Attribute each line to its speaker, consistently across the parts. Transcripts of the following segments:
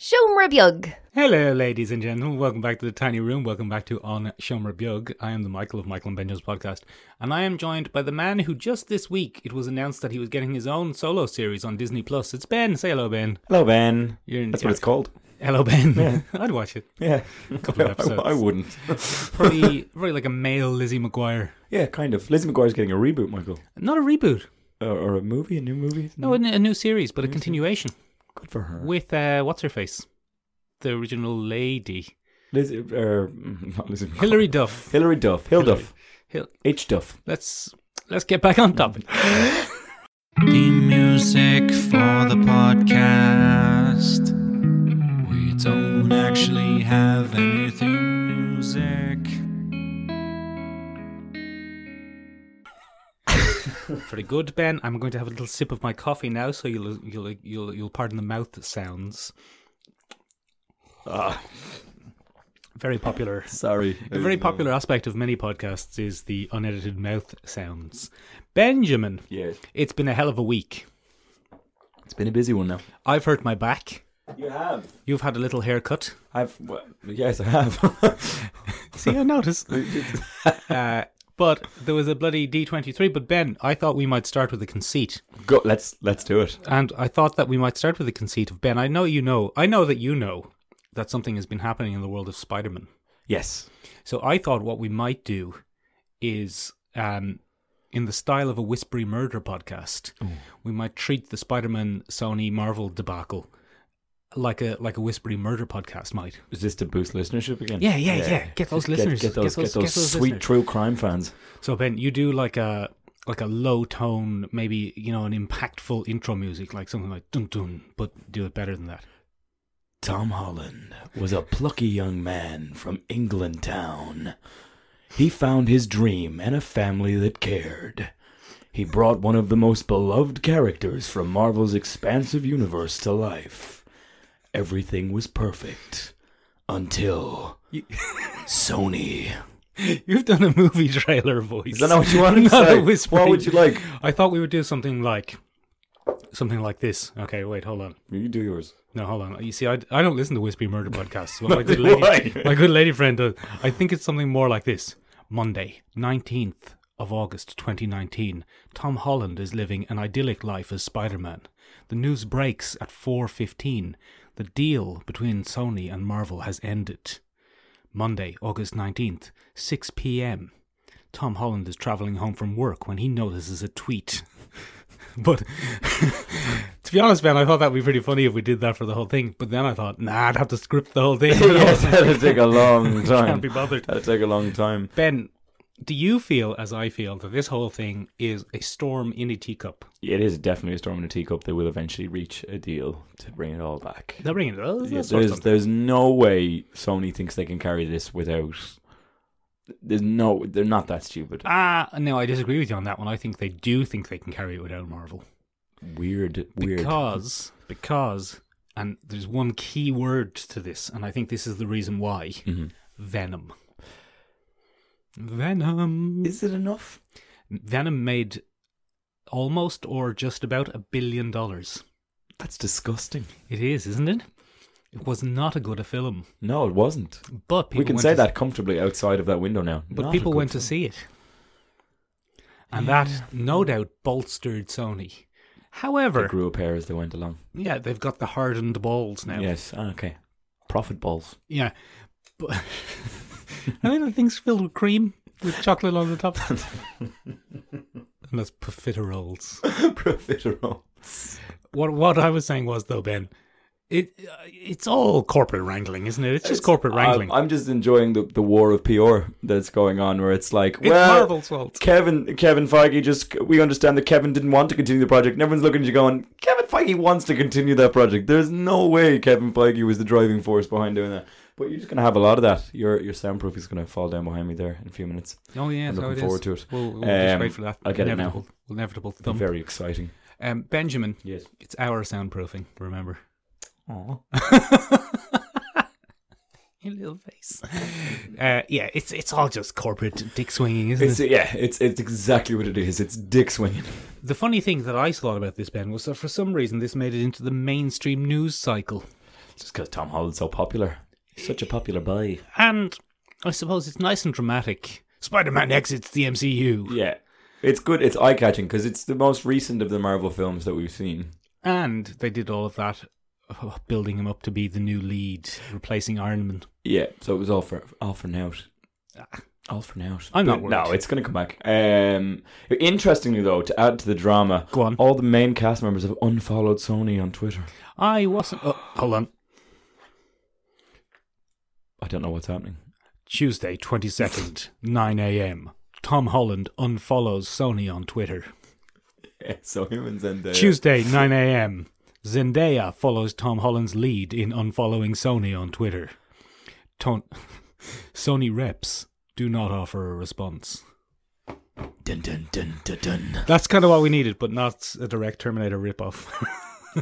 Speaker 1: Shomra Bjug.
Speaker 2: Hello, ladies and gentlemen. Welcome back to the tiny room. Welcome back to On Shomer Bjug. I am the Michael of Michael and Benjo's podcast, and I am joined by the man who just this week it was announced that he was getting his own solo series on Disney Plus. It's Ben. Say hello, Ben.
Speaker 3: Hello, Ben.
Speaker 2: You're in-
Speaker 3: That's what it's called.
Speaker 2: Hello, Ben. I'd watch it.
Speaker 3: Yeah.
Speaker 2: Couple of
Speaker 3: I-
Speaker 2: episodes.
Speaker 3: I, wouldn't.
Speaker 2: Probably, probably like a male Lizzie McGuire.
Speaker 3: yeah, kind of. Lizzie McGuire's getting a reboot, Michael.
Speaker 2: Not a reboot.
Speaker 3: Or, or a movie, a new movie.
Speaker 2: No, a n- a Mm. new series, but a continuation
Speaker 3: Good for her.
Speaker 2: with uh, what's her face, the original lady,
Speaker 3: Lizzie, er, mm, not Lizzie McGuire.
Speaker 2: Hilary Duff.
Speaker 3: Hillary Duff. Hill Duff.
Speaker 2: Hil-
Speaker 3: H Duff.
Speaker 2: let's let's get back on topic.
Speaker 4: Theme music for the podcast. We don't actually have anything music.
Speaker 2: Pretty good, Ben. I'm going to have a little sip of my coffee now, so you'll you'll you'll you'll pardon the mouth sounds.
Speaker 3: Ah,
Speaker 2: Very popular.
Speaker 3: sorry.
Speaker 2: A very popular aspect of many podcasts is the unedited mouth sounds. Benjamin,
Speaker 3: Yeah.
Speaker 2: it's been a hell of a week.
Speaker 3: It's been a busy one now.
Speaker 2: I've hurt my back.
Speaker 3: You have.
Speaker 2: You've had a little haircut.
Speaker 3: I've. Well, yes, I have.
Speaker 2: See, I noticed. uh, but there was a bloody D23. But Ben, I thought we might start with a conceit.
Speaker 3: Go. Let's let's do it.
Speaker 2: And I thought that we might start with a conceit of Ben. I know you know, I know that you know that something has been happening in the world of Spider Man.
Speaker 3: Yes.
Speaker 2: So I thought what we might do is, um, in the style of a Whispery Murder podcast, we might treat the Spider-Man Sony Marvel debacle like a like a Whispery Murder podcast might.
Speaker 3: Is this to boost listenership again?
Speaker 2: Yeah, yeah, yeah. Get those
Speaker 3: Get-
Speaker 2: listeners.
Speaker 3: Get, those, get those, sweet
Speaker 2: listeners.
Speaker 3: true crime fans.
Speaker 2: So Ben, you do like a like a low tone, maybe you know, an impactful intro music, like something like dun dun, but do it better than that.
Speaker 3: Tom Holland was a plucky young man from England town. He found his dream and a family that cared. He brought one of the most beloved characters from Marvel's expansive universe to life. Everything was perfect until Sony.
Speaker 2: You've done a movie trailer voice.
Speaker 3: Is that not what you wanted to
Speaker 2: Not a
Speaker 3: say?
Speaker 2: whispering-
Speaker 3: What would you like?
Speaker 2: I thought we would do something like something like this. Okay, wait, hold on.
Speaker 3: You do yours.
Speaker 2: No, hold on. You see, I, I don't listen to Wispy Murder podcasts. But my, good
Speaker 3: do
Speaker 2: lady,
Speaker 3: I.
Speaker 2: my good lady friend does. I think it's something more like this. Monday, 19th of August, 2019. Tom Holland is living an idyllic life as Spider-Man. The news breaks at 4.15. The deal between Sony and Marvel has ended. Monday, August 19th, 6 p.m. Tom Holland is traveling home from work when he notices a tweet. but to be honest, Ben, I thought that'd be pretty funny if we did that for the whole thing. But then I thought, nah, I'd have to script the whole thing.
Speaker 3: yes, that'll take a long time.
Speaker 2: Can't be bothered.
Speaker 3: That'll take a long time.
Speaker 2: Ben, do you feel, as I feel, that this whole thing is a storm in a teacup?
Speaker 3: It is definitely a storm in a teacup. They will eventually reach a deal to bring it all back.
Speaker 2: They're bringing it.
Speaker 3: Yeah, there's there's no way Sony thinks they can carry this without. There's no, they're not that stupid.
Speaker 2: Ah, no, I disagree with you on that one. I think they do think they can carry it without Marvel.
Speaker 3: Weird, weird.
Speaker 2: Because, because, and there's one key word to this, and I think this is the reason why
Speaker 3: Mm-hmm.
Speaker 2: Venom. Venom.
Speaker 3: is it enough?
Speaker 2: Venom made almost or just about a billion dollars.
Speaker 3: That's disgusting.
Speaker 2: It is, isn't it? It was not a good a film,
Speaker 3: No, it wasn't.
Speaker 2: but people
Speaker 3: we can
Speaker 2: went
Speaker 3: say
Speaker 2: to-
Speaker 3: that comfortably outside of that window now.
Speaker 2: But people went to see it, and that no doubt bolstered Sony.
Speaker 3: They
Speaker 2: However,
Speaker 3: grew a pair as they went along.
Speaker 2: yeah, they've got the hardened balls now.
Speaker 3: Yes. ah, okay. Profit balls.
Speaker 2: Yeah. But I think the thing's filled with cream with chocolate on the top. and that's profiteroles.
Speaker 3: Profiterole.
Speaker 2: What what I was saying was though, Ben, it uh, it's all corporate wrangling, isn't it? It's just corporate wrangling.
Speaker 3: I'm, I'm just enjoying the, the war of PR that's going on, where it's like,
Speaker 2: it's
Speaker 3: well,
Speaker 2: Marvel's fault.
Speaker 3: Kevin Kevin Feige just we understand that Kevin didn't want to continue the project. And everyone's looking at you going, Kevin Feige wants to continue that project. There's no way Kevin Feige was the driving force behind doing that. But you're just gonna have a lot of that. Your your soundproof is gonna fall down behind me there in a few minutes.
Speaker 2: Oh yeah,
Speaker 3: I'm
Speaker 2: so
Speaker 3: looking
Speaker 2: it is.
Speaker 3: forward to it.
Speaker 2: We'll, we'll just
Speaker 3: Um,
Speaker 2: wait for that.
Speaker 3: I'll get it now.
Speaker 2: inevitable, Inevitable
Speaker 3: It'll be
Speaker 2: thump.
Speaker 3: Very exciting.
Speaker 2: Um, Benjamin,
Speaker 3: Yes.
Speaker 2: it's our soundproofing. Remember. Your little face. Uh, yeah, it's it's all just corporate dick swinging, isn't it?
Speaker 3: It's yeah, it's it's exactly what it is. It's dick swinging.
Speaker 2: The funny thing that I thought about this, Ben, was that for some reason this made it into the mainstream news cycle.
Speaker 3: just because Tom Holland's so popular. He's such a popular boy.
Speaker 2: And I suppose it's nice and dramatic. Spider Man exits the MCU.
Speaker 3: Yeah. It's good. It's eye catching because it's the most recent of the Marvel films that we've seen.
Speaker 2: And they did all of that, uh, building him up to be the new lead, replacing Iron Man.
Speaker 3: Yeah. So it was all for all for nout. All for nout.
Speaker 2: Ah. I'm not
Speaker 3: But
Speaker 2: worried.
Speaker 3: No, it's going to come back. Um, interestingly, though, to add to the drama,
Speaker 2: Go on.
Speaker 3: all the main cast members have unfollowed Sony on Twitter.
Speaker 2: I wasn't. Oh, hold on.
Speaker 3: I don't know what's happening.
Speaker 2: Tuesday, 22nd, 9 a.m. Tom Holland unfollows Sony on Twitter.
Speaker 3: Yeah, so him and uh, Zendaya.
Speaker 2: Tuesday, 9 a.m. Zendaya follows Tom Holland's lead in unfollowing Sony on Twitter. Ton- Sony reps do not offer a response.
Speaker 3: Dun, dun, dun, dun, dun.
Speaker 2: That's kind of what we needed, but not a direct Terminator ripoff.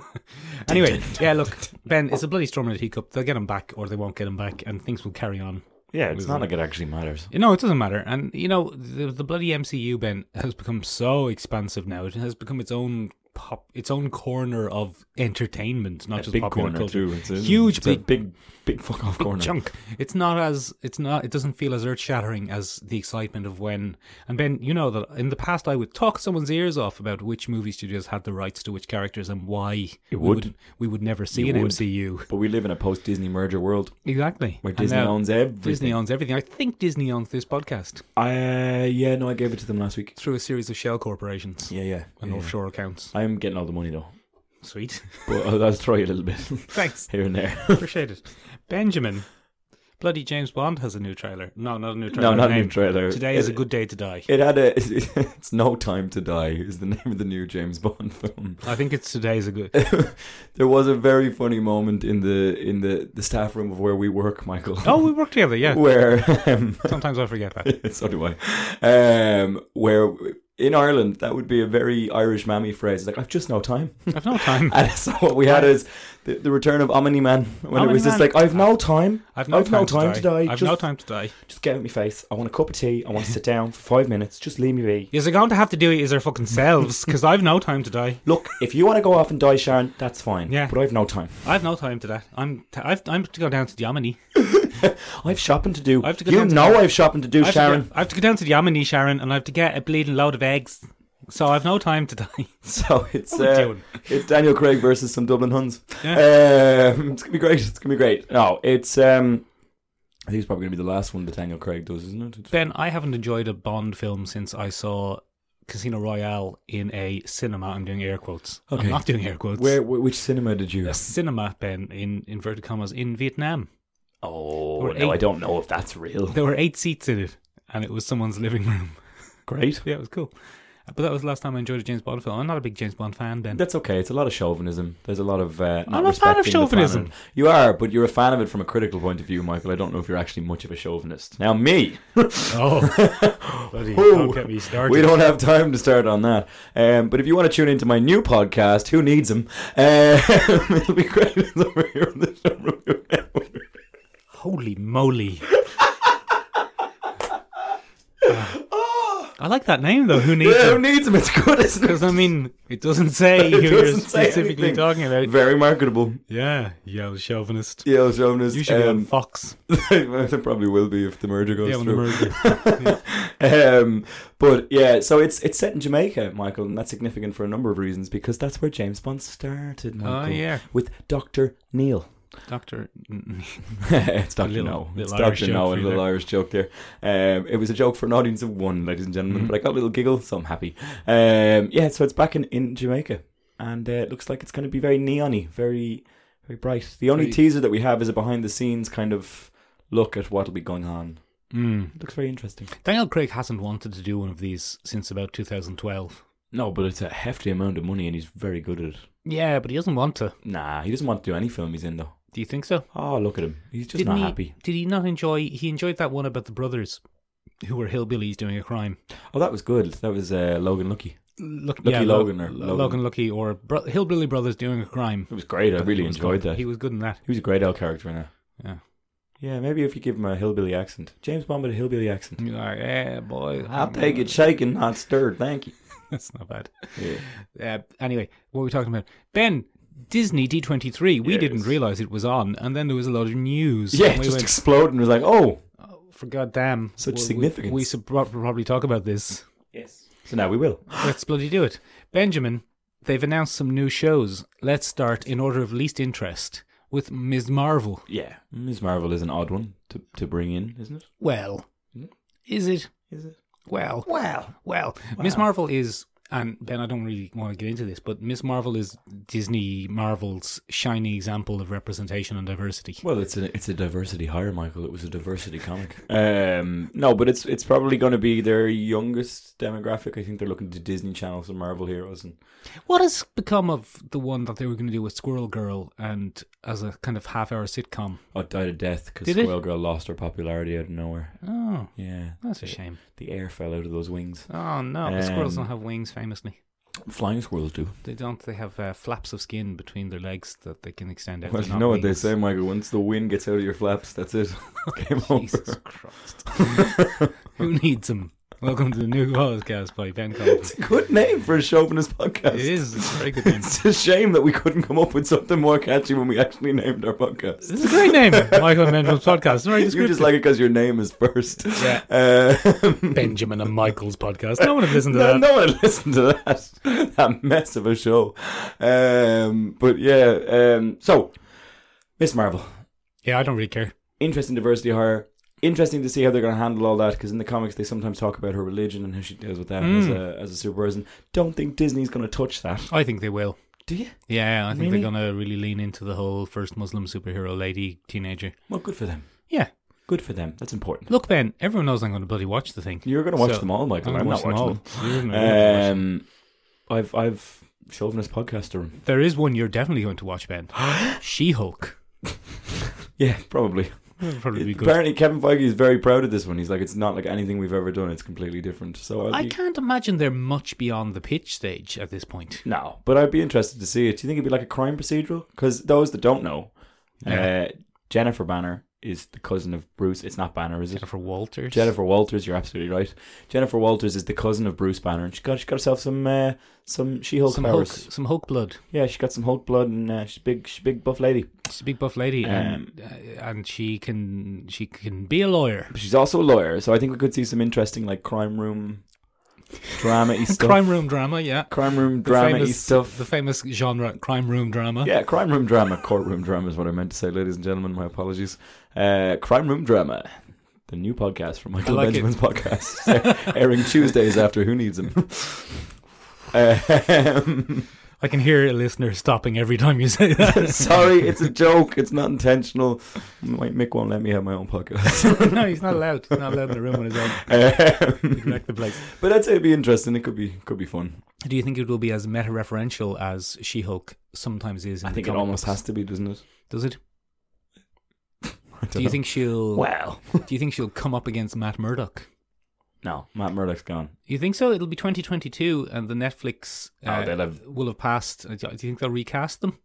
Speaker 2: anyway, yeah, look, Ben, it's a bloody storm in a teacup. They'll get him back, or they won't get him back, and things will carry on.
Speaker 3: Yeah, it's not like it actually matters.
Speaker 2: No, it doesn't matter. And you know, the, the bloody MCU Ben has become so expansive now. It has become its own pop, its own corner of entertainment, not just
Speaker 3: big
Speaker 2: popular
Speaker 3: corner
Speaker 2: culture.
Speaker 3: too. It's a-
Speaker 2: Huge,
Speaker 3: it's a
Speaker 2: big,
Speaker 3: big, big fuck off corner.
Speaker 2: chunk. It's not as it's not. It doesn't feel as earth shattering as the excitement of when. And Ben, you know that in the past I would talk someone's ears off about which movie studios had the rights to which characters and why we
Speaker 3: would.
Speaker 2: would we would never see
Speaker 3: You
Speaker 2: an
Speaker 3: would.
Speaker 2: MCU.
Speaker 3: But we live in a post Disney merger world
Speaker 2: Exactly.
Speaker 3: where
Speaker 2: And
Speaker 3: Disney
Speaker 2: now
Speaker 3: owns everything.
Speaker 2: Disney owns everything. I think Disney owns this podcast
Speaker 3: Uh, yeah, no, I gave it to them last week.
Speaker 2: through a series of shell corporations
Speaker 3: Yeah, yeah.
Speaker 2: and
Speaker 3: yeah.
Speaker 2: offshore accounts.
Speaker 3: I'm getting all the money though,
Speaker 2: Sweet.
Speaker 3: but I'll, I'll throw you a little bit
Speaker 2: Thanks.
Speaker 3: here and there.
Speaker 2: Appreciate it. Benjamin. Bloody James Bond has a new trailer. No, not a new trailer.
Speaker 3: no, not a new
Speaker 2: name.
Speaker 3: trailer.
Speaker 2: Today
Speaker 3: it,
Speaker 2: is a good day to die.
Speaker 3: It had a. It's no time to die is the name of the new James Bond film.
Speaker 2: I think it's today is a good.
Speaker 3: There was a very funny moment in the in the, the staff room of where we work, Michael.
Speaker 2: Oh, we work together. Yeah.
Speaker 3: where um,
Speaker 2: Sometimes I forget that.
Speaker 3: so do I. Um, where in Ireland that would be a very Irish mammy phrase. It's like I've just no time.
Speaker 2: I've no time.
Speaker 3: And so what we had is the, the return of Omni Man when it
Speaker 2: Omni
Speaker 3: was just
Speaker 2: Man.
Speaker 3: like I've no time.
Speaker 2: I've no time, to, die. I've
Speaker 3: just,
Speaker 2: no time to die.
Speaker 3: Just get out of my face. I want a cup of tea. I want to sit down for five minutes. Just leave me be.
Speaker 2: Yes, they're going to have to do it is their fucking selves because I've no time to die.
Speaker 3: Look, if you want to go off and die, Sharon, that's fine.
Speaker 2: Yeah.
Speaker 3: But I've no time.
Speaker 2: I've no time to that. I'm t- I've, I'm to go down to the Yamini.
Speaker 3: I've shopping to do.
Speaker 2: I have to go
Speaker 3: you
Speaker 2: down to
Speaker 3: know
Speaker 2: the-
Speaker 3: I've shopping to do,
Speaker 2: I have,
Speaker 3: Sharon.
Speaker 2: To go, I have to go down to the Yamini, Sharon, and I have to get a bleeding load of eggs. So I've no time to die.
Speaker 3: So it's
Speaker 2: What are we
Speaker 3: uh,
Speaker 2: doing?
Speaker 3: it's Daniel Craig versus some Dublin Huns. Um, it's gonna be great. It's gonna be great. No, it's um, I think it's probably gonna be the last one that Daniel Craig does, isn't it? It's-
Speaker 2: Ben, I haven't enjoyed a Bond film since I saw Casino Royale in a cinema. I'm doing air quotes.
Speaker 3: Okay.
Speaker 2: I'm not doing air quotes.
Speaker 3: Where wh- which cinema did you?
Speaker 2: a cinema, Ben, in inverted commas, in Vietnam.
Speaker 3: Oh
Speaker 2: Or
Speaker 3: no,
Speaker 2: eight.
Speaker 3: I don't know if that's real.
Speaker 2: There were eight seats in it, and it was someone's living room.
Speaker 3: Great.
Speaker 2: yeah, it was cool. Uh, But that was the last time I enjoyed a James Bond film. I'm not a big James Bond fan, Ben.
Speaker 3: That's okay. It's a lot of chauvinism. There's a lot of. Uh, not
Speaker 2: I'm a fan of
Speaker 3: respecting the
Speaker 2: chauvinism.
Speaker 3: planet. You are, but you're a fan of it from a critical point of view, Michael. I don't know if you're actually much of a chauvinist. Now, me,
Speaker 2: Oh, bloody!
Speaker 3: Whoa.
Speaker 2: Don't get me started.
Speaker 3: we don't have time to start on that. Um, but if you want to tune into my new podcast, who needs them? Uh, it'll be great. It's over here on the show review network.
Speaker 2: Holy moly! Ah. I like that name though. Who needs
Speaker 3: Yeah, who
Speaker 2: it?
Speaker 3: needs them? It's good, isn't it?
Speaker 2: Because I mean, it doesn't say who you're
Speaker 3: doesn't say
Speaker 2: specifically
Speaker 3: anything.
Speaker 2: talking about.
Speaker 3: Very marketable.
Speaker 2: Yeah, yo, chauvinist.
Speaker 3: Yeah, I was chauvinist.
Speaker 2: You should be on
Speaker 3: um,
Speaker 2: Fox.
Speaker 3: there probably will be if the merger goes
Speaker 2: Yeah, when the
Speaker 3: through.
Speaker 2: merger.
Speaker 3: um, but yeah, so it's it's set in Jamaica, Michael, and that's significant for a number of reasons because that's where James Bond started,
Speaker 2: Oh
Speaker 3: Michael,
Speaker 2: yeah,
Speaker 3: with Doctor Neil.
Speaker 2: Doctor.
Speaker 3: it's Doctor
Speaker 2: little-
Speaker 3: No, it's
Speaker 2: little Irish
Speaker 3: Doctor
Speaker 2: joke
Speaker 3: No,
Speaker 2: for
Speaker 3: a
Speaker 2: you
Speaker 3: little
Speaker 2: there.
Speaker 3: Irish joke there. Um, it was a joke for an audience of one, ladies and gentlemen, but I got a little giggle, so I'm happy. Um, yeah, so it's back in, in Jamaica, and uh, it looks like it's going to be very neony, very very bright. The only
Speaker 2: Very-
Speaker 3: teaser that we have is a behind the scenes kind of look at what'll be going on.
Speaker 2: Mm.
Speaker 3: It looks very interesting.
Speaker 2: Daniel Craig hasn't wanted to do one of these since about 2012.
Speaker 3: No, but it's a hefty amount of money, and he's very good at it.
Speaker 2: Yeah, but he doesn't want to.
Speaker 3: Nah, he doesn't want to do any film he's in though.
Speaker 2: Do you think so?
Speaker 3: Oh, look at him. He's just
Speaker 2: Didn't
Speaker 3: not
Speaker 2: he,
Speaker 3: happy.
Speaker 2: Did he not enjoy? He enjoyed that one about the brothers who were hillbillies doing a crime.
Speaker 3: Oh, that was good. That was uh, Logan Lucky.
Speaker 2: Look,
Speaker 3: Lucky
Speaker 2: Lo-
Speaker 3: Logan or Logan.
Speaker 2: Logan. Lucky or bro- hillbilly brothers doing a crime.
Speaker 3: It was great. I really
Speaker 2: He was
Speaker 3: enjoyed
Speaker 2: good.
Speaker 3: that.
Speaker 2: He
Speaker 3: He
Speaker 2: was good in that.
Speaker 3: was a great L character in that.
Speaker 2: Yeah.
Speaker 3: Yeah, maybe if you give him a hillbilly accent. James Bond with a hillbilly accent. Mm.
Speaker 2: You're like, yeah, boy.
Speaker 3: I'll take it shaken, not stirred. Thank you.
Speaker 2: That's not bad.
Speaker 3: Yeah.
Speaker 2: Uh, anyway, what were we talking about? Ben, Disney D23. We
Speaker 3: Yes.
Speaker 2: didn't realize it was on, and then there was a lot of news.
Speaker 3: Yeah,
Speaker 2: and
Speaker 3: it
Speaker 2: we
Speaker 3: just
Speaker 2: went,
Speaker 3: exploded and was like, oh.
Speaker 2: for goddamn,
Speaker 3: Such
Speaker 2: we- we-
Speaker 3: significance.
Speaker 2: We, should prob- probably talk about this.
Speaker 3: Yes. So now we will.
Speaker 2: Let's bloody do it, Benjamin. They've announced some new shows. Let's start in order of least interest with Ms. Marvel.
Speaker 3: Yeah. Ms. Marvel is an odd one to, to bring in, isn't it?
Speaker 2: Well, is it?
Speaker 3: Is it?
Speaker 2: Well,
Speaker 3: Well.
Speaker 2: well, Miss Marvel is, and Ben, I don't really want to get into this, but Miss Marvel is Disney Marvel's shiny example of representation and diversity.
Speaker 3: Well, it's a it's a diversity hire, Michael. It was a diversity comic. um, no, but it's it's probably going to be their youngest demographic. I think they're looking to Disney Channel some Marvel heroes and
Speaker 2: What has become of the one that they were going to do with Squirrel Girl and as a kind of half-hour sitcom?
Speaker 3: oh, died of death because
Speaker 2: Did it?
Speaker 3: Squirrel Girl lost her popularity out of nowhere.
Speaker 2: Oh,
Speaker 3: Yeah,
Speaker 2: that's a shame.
Speaker 3: the air fell out of those wings.
Speaker 2: Oh no, but squirrels
Speaker 3: Um,
Speaker 2: don't have wings. Famously,
Speaker 3: Flying squirrels do.
Speaker 2: they don't. They have uh, flaps of skin between their legs that they can extend out.
Speaker 3: Well,
Speaker 2: They're
Speaker 3: you
Speaker 2: not
Speaker 3: know what they
Speaker 2: wings.
Speaker 3: say, Michael. Once the wind gets out of your flaps, that's it. Game
Speaker 2: Jesus Christ, who needs them? Welcome to the new podcast by Ben Coleman.
Speaker 3: It's a good name for a chauvinist podcast.
Speaker 2: It is. It's a very good name.
Speaker 3: It's a shame that we couldn't come up with something more catchy when we actually named our podcast.
Speaker 2: This is a great name, Michael and Benjamin's podcast. Very
Speaker 3: You
Speaker 2: descriptive.
Speaker 3: just like it because your name is first.
Speaker 2: Yeah.
Speaker 3: Um,
Speaker 2: Benjamin and Michael's podcast. No one would listen to
Speaker 3: no,
Speaker 2: that.
Speaker 3: no one listened to that. That mess of a show. Um, but yeah. Um, so, Miss Marvel.
Speaker 2: Yeah, I don't really care.
Speaker 3: Interesting diversity hire. Interesting to see how they're going to handle all that because in the comics they sometimes talk about her religion and how she deals with that as
Speaker 2: Mm.
Speaker 3: a as a superperson. Don't think Disney's going to touch that.
Speaker 2: I think they will.
Speaker 3: Do you?
Speaker 2: Yeah, I think
Speaker 3: Really?
Speaker 2: they're gonna really lean into the whole first Muslim superhero lady teenager.
Speaker 3: Well, good for them.
Speaker 2: Yeah,
Speaker 3: Good for them. That's important.
Speaker 2: look, Ben. Everyone knows I'm gonna bloody watch the thing.
Speaker 3: You're going to watch
Speaker 2: So,
Speaker 3: them all,
Speaker 2: I'm
Speaker 3: Michael. I'm,
Speaker 2: gonna
Speaker 3: not
Speaker 2: watch
Speaker 3: watching
Speaker 2: them all. You're gonna- you're gonna watch them.
Speaker 3: them. Um, I've I've chauvinist podcaster.
Speaker 2: There is one you're definitely going to watch, Ben. she Hulk.
Speaker 3: Yeah, probably.
Speaker 2: Probably be good.
Speaker 3: Apparently, Kevin Feige is very proud of this one. He's like, it's not like anything we've ever done. It's completely different. So I'd
Speaker 2: I
Speaker 3: be,
Speaker 2: can't imagine they're much beyond the pitch stage at this point.
Speaker 3: no, but I'd be interested to see it. Do you think it'd be like a crime procedural? Because those that don't know,
Speaker 2: Yeah.
Speaker 3: uh, Jennifer Banner is the cousin of Bruce. It's not Banner, is it?
Speaker 2: Jennifer Walters.
Speaker 3: Jennifer Walters, you're absolutely right. Jennifer Walters is the cousin of Bruce Banner, and she got she got herself some uh, some She Hulk
Speaker 2: some Hulk,
Speaker 3: powers.
Speaker 2: some Hulk blood.
Speaker 3: Yeah, she got some Hulk blood, and uh, she's a big, she's a big buff lady.
Speaker 2: She's a big buff lady,
Speaker 3: Um,
Speaker 2: and uh, and she can she can be a lawyer.
Speaker 3: But she's also a lawyer, so I think we could see some interesting like crime room drama stuff.
Speaker 2: Crime room drama, yeah.
Speaker 3: crime room
Speaker 2: The
Speaker 3: drama
Speaker 2: famous-
Speaker 3: stuff.
Speaker 2: The famous genre, crime room drama.
Speaker 3: Yeah, crime room drama, courtroom drama is what I meant to say, ladies and gentlemen. My apologies. Uh, crime room drama, the new podcast from Michael
Speaker 2: like
Speaker 3: Benjamin's podcast, airing Tuesdays after Who Needs Him. Um,
Speaker 2: I can hear a listener stopping every time you say that.
Speaker 3: sorry, it's a joke. It's not intentional. My- Mick won't let me have my own podcast. Um,
Speaker 2: no, he's not allowed. He's not allowed in a room on his own. He'd
Speaker 3: Um,
Speaker 2: wreck the place.
Speaker 3: but I'd say it'd be interesting. It could be could be fun.
Speaker 2: Do you think it will be as meta-referential as She-Hulk sometimes is? In
Speaker 3: I
Speaker 2: the
Speaker 3: think it
Speaker 2: comic
Speaker 3: almost
Speaker 2: books?
Speaker 3: has to be, doesn't it?
Speaker 2: Does it?
Speaker 3: I don't
Speaker 2: Do you
Speaker 3: know.
Speaker 2: think she'll?
Speaker 3: Well,
Speaker 2: Do you think she'll come up against Matt Murdock?
Speaker 3: no, Matt Murdock's gone.
Speaker 2: You think so? It'll be 2022, and the Netflix
Speaker 3: Oh,
Speaker 2: uh,
Speaker 3: they'll have-
Speaker 2: will have passed. Do you think they'll recast them?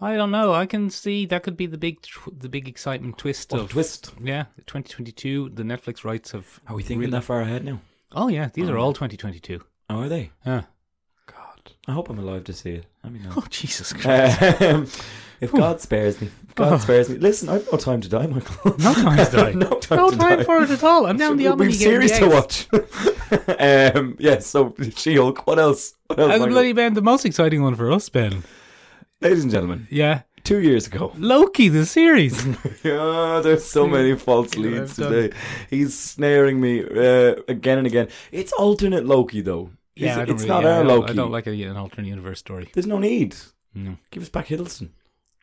Speaker 2: I don't know. I can see that could be the big, tw- the big excitement twist
Speaker 3: What a
Speaker 2: of
Speaker 3: twist.
Speaker 2: Yeah, 2022. The Netflix rights have.
Speaker 3: Are we thinking that far ahead now?
Speaker 2: Oh yeah, these are all 2022.
Speaker 3: Oh, are they?
Speaker 2: Yeah.
Speaker 3: God, I hope I'm alive to see it. I mean,
Speaker 2: Oh Jesus Christ!
Speaker 3: um, if God spares me, if God spares me. Listen, I've no time to die, Michael.
Speaker 2: No time to Oh. die.
Speaker 3: no time
Speaker 2: no
Speaker 3: to
Speaker 2: time
Speaker 3: die.
Speaker 2: for it at all. I'm down the
Speaker 3: We've
Speaker 2: Omni game.
Speaker 3: series
Speaker 2: the
Speaker 3: to
Speaker 2: eggs.
Speaker 3: watch. um, yeah, so She Hulk. What else? What else
Speaker 2: And the
Speaker 3: Michael?
Speaker 2: bloody Ben, the most exciting one for us, Ben.
Speaker 3: Ladies and gentlemen,
Speaker 2: Yeah,
Speaker 3: two years ago.
Speaker 2: Loki the series.
Speaker 3: Yeah, there's so many false
Speaker 2: You know,
Speaker 3: leads
Speaker 2: I've done-
Speaker 3: today. He's snaring me uh, again and again. It's alternate Loki, though. It's,
Speaker 2: yeah, I don't
Speaker 3: it's
Speaker 2: really,
Speaker 3: not
Speaker 2: yeah,
Speaker 3: our
Speaker 2: I don't,
Speaker 3: Loki.
Speaker 2: I don't like a, an alternate universe story.
Speaker 3: There's no need.
Speaker 2: No,
Speaker 3: Give us back Hiddleston.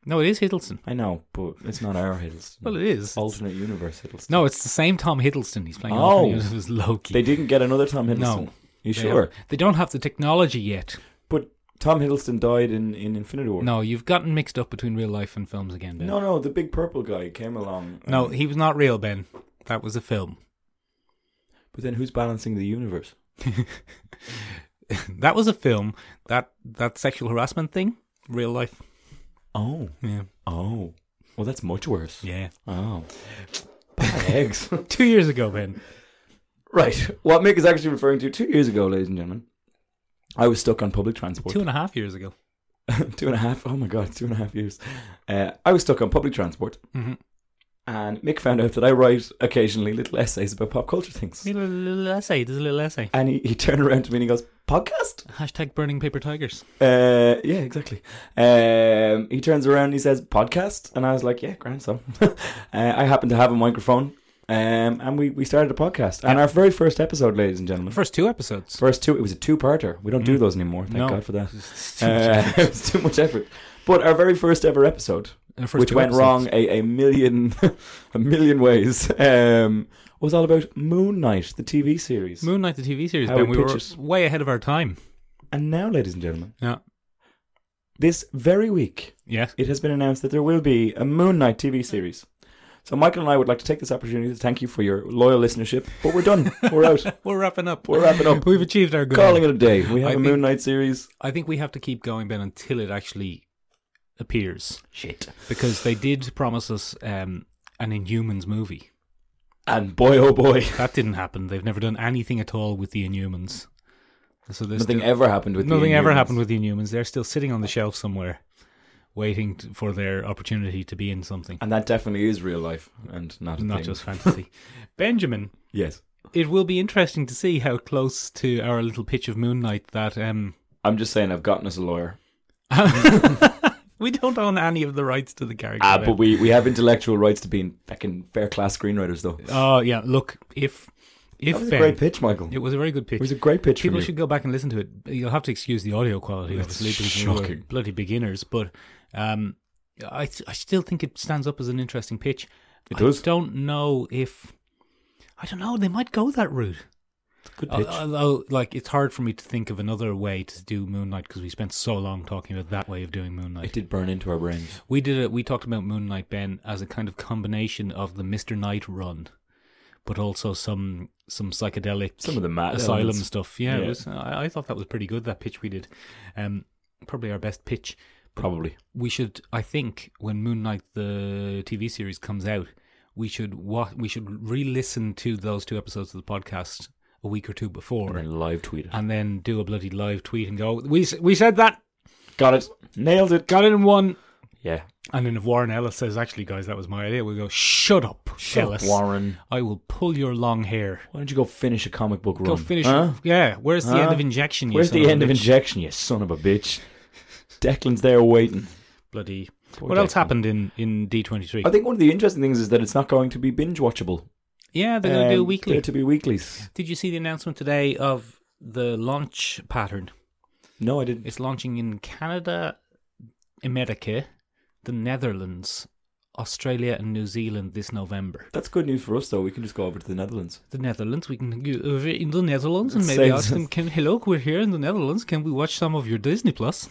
Speaker 2: no, it is Hiddleston.
Speaker 3: I know, but it's not our Hiddleston.
Speaker 2: Well, it is.
Speaker 3: alternate universe Hiddleston.
Speaker 2: No, it's the same Tom Hiddleston. He's playing
Speaker 3: Oh.
Speaker 2: alternate universe as Loki.
Speaker 3: They didn't get another Tom Hiddleston.
Speaker 2: No.
Speaker 3: You
Speaker 2: They
Speaker 3: sure?
Speaker 2: don't- They don't have the technology yet.
Speaker 3: But Tom Hiddleston died in, in Infinity War.
Speaker 2: No, you've gotten mixed up between real life and films again, Ben.
Speaker 3: No, no, the big purple guy came along. um,
Speaker 2: No, he was not real, Ben. That was a film.
Speaker 3: But then who's balancing the universe?
Speaker 2: That was a film. That that sexual harassment thing, real life.
Speaker 3: Oh.
Speaker 2: Yeah.
Speaker 3: Oh. Well, that's much worse.
Speaker 2: Yeah.
Speaker 3: Oh. Bad eggs.
Speaker 2: Two years ago, Ben.
Speaker 3: right. What Mick is actually referring to two years ago, ladies and gentlemen, I was stuck on public transport.
Speaker 2: Two and a half years ago.
Speaker 3: two and a half. Oh my god, two and a half years. Uh, I was stuck on public transport,
Speaker 2: Mhm.
Speaker 3: and Mick found out that I write occasionally little essays about pop culture things.
Speaker 2: Need a little essay. There's a little essay.
Speaker 3: And he, he turned around to me and he goes, "Podcast."
Speaker 2: Hashtag burning paper tigers.
Speaker 3: Uh, yeah, exactly. Um, he turns around and he says, podcast? And I was like, yeah, grand so. uh, I happen to have a microphone. Um, and we, we started a podcast. And
Speaker 2: Yeah.
Speaker 3: our very first episode, ladies and gentlemen.
Speaker 2: First two episodes.
Speaker 3: First two, it was a two-parter. We don't do
Speaker 2: Mm.
Speaker 3: those anymore. Thank
Speaker 2: No.
Speaker 3: God for that. Uh,
Speaker 2: Uh,
Speaker 3: it was too much effort. But our very first ever episode,
Speaker 2: first
Speaker 3: which
Speaker 2: two
Speaker 3: went
Speaker 2: episodes.
Speaker 3: wrong a, a million, a million ways, um, was all about Moon Knight, the TV series.
Speaker 2: Moon Knight, the TV series,
Speaker 3: How
Speaker 2: Ben,
Speaker 3: it
Speaker 2: we were
Speaker 3: pitches.
Speaker 2: way ahead of our time.
Speaker 3: And now, ladies and gentlemen,
Speaker 2: Yeah.
Speaker 3: this very week,
Speaker 2: Yes.
Speaker 3: it has been announced that there will be a Moon Knight TV series. So Michael and I would like to take this opportunity to thank you for your loyal listenership, but we're done. We're out.
Speaker 2: We're wrapping up.
Speaker 3: We're wrapping up.
Speaker 2: We've achieved our goal.
Speaker 3: Calling it a day. We have
Speaker 2: I
Speaker 3: a Moon Knight series.
Speaker 2: I think we have to keep going, Ben, until it actually appears.
Speaker 3: Shit.
Speaker 2: Because they did promise us um, an Inhumans movie.
Speaker 3: And boy, oh boy,
Speaker 2: That didn't happen. They've never done anything at all with the Inhumans. So there's
Speaker 3: nothing
Speaker 2: still-
Speaker 3: ever happened with the
Speaker 2: nothing ever
Speaker 3: Inhumans.
Speaker 2: happened with the Inhumans. They're still sitting on the shelf somewhere, waiting t for their opportunity to be in something,
Speaker 3: And that definitely is real life, and not a
Speaker 2: not
Speaker 3: thing.
Speaker 2: just fantasy. Benjamin,
Speaker 3: yes.
Speaker 2: it will be interesting to see how close to our little pitch of Moon Knight that um,
Speaker 3: I'm just saying, I've gotten us a lawyer.
Speaker 2: we don't own any of the rights to the character.
Speaker 3: Ah,
Speaker 2: Ben.
Speaker 3: but we, we have intellectual rights to being fucking fair class screenwriters, though.
Speaker 2: Oh yeah, look if if
Speaker 3: that was
Speaker 2: Ben-
Speaker 3: a great pitch, Michael.
Speaker 2: it was a very good pitch.
Speaker 3: It was a great pitch.
Speaker 2: People
Speaker 3: from you.
Speaker 2: should go back and listen to it. You'll have to excuse the audio quality, obviously, because we were
Speaker 3: shocking.
Speaker 2: bloody beginners. But um, I, I still think it stands up as an interesting pitch.
Speaker 3: It does.
Speaker 2: I don't know if I don't know. They might go that route.
Speaker 3: Good pitch.
Speaker 2: Although, like, it's hard for me to think of another way to do Moon Knight because we spent so long talking about that way of doing Moon
Speaker 3: it
Speaker 2: Knight.
Speaker 3: did burn into our brains.
Speaker 2: We did it. We talked about Moon Knight Ben as a kind of combination of the Mister Knight run, but also some some psychedelic
Speaker 3: Some of the mad
Speaker 2: asylum
Speaker 3: elements.
Speaker 2: stuff. Yeah, It
Speaker 3: Yeah.
Speaker 2: was, I, I thought that was pretty good. That pitch we did, um, probably our best pitch.
Speaker 3: Probably.
Speaker 2: We should, I think, when Moon Knight the TV series comes out, we should wa- we should re-listen to those two episodes of the podcast a week or two
Speaker 3: And
Speaker 2: before,
Speaker 3: then live tweeted.
Speaker 2: and then do a bloody live tweet and go, we s- we said that,
Speaker 3: Got it. Nailed it.
Speaker 2: got it in one.
Speaker 3: Yeah.
Speaker 2: And then if Warren Ellis says, actually, guys, that was my idea, we go, shut up, Ellis.
Speaker 3: Warren.
Speaker 2: I will pull your long hair.
Speaker 3: Why don't you go finish a comic book run?
Speaker 2: Go finish.
Speaker 3: Huh?
Speaker 2: Yeah, where's the end
Speaker 3: Huh?
Speaker 2: of injection? you
Speaker 3: Where's
Speaker 2: son
Speaker 3: the end of
Speaker 2: bitch?
Speaker 3: injection, you son of a bitch? Declan's there waiting.
Speaker 2: bloody.
Speaker 3: Poor
Speaker 2: what else
Speaker 3: Declan.
Speaker 2: happened in in D twenty three?
Speaker 3: I think one of the interesting things is that it's not going to be binge watchable.
Speaker 2: Yeah, they're going to do
Speaker 3: Um,
Speaker 2: weekly.
Speaker 3: They're to be weeklies.
Speaker 2: Did you see the announcement today of the launch pattern?
Speaker 3: No, I didn't.
Speaker 2: It's launching in Canada, America, the Netherlands, Australia, and New Zealand this November.
Speaker 3: That's good news for us, though. We can just go over to the Netherlands.
Speaker 2: The Netherlands, we can go over in the Netherlands and maybe
Speaker 3: Same
Speaker 2: ask them, "Can hello, we're here in the Netherlands. Can we watch some of your Disney Plus?"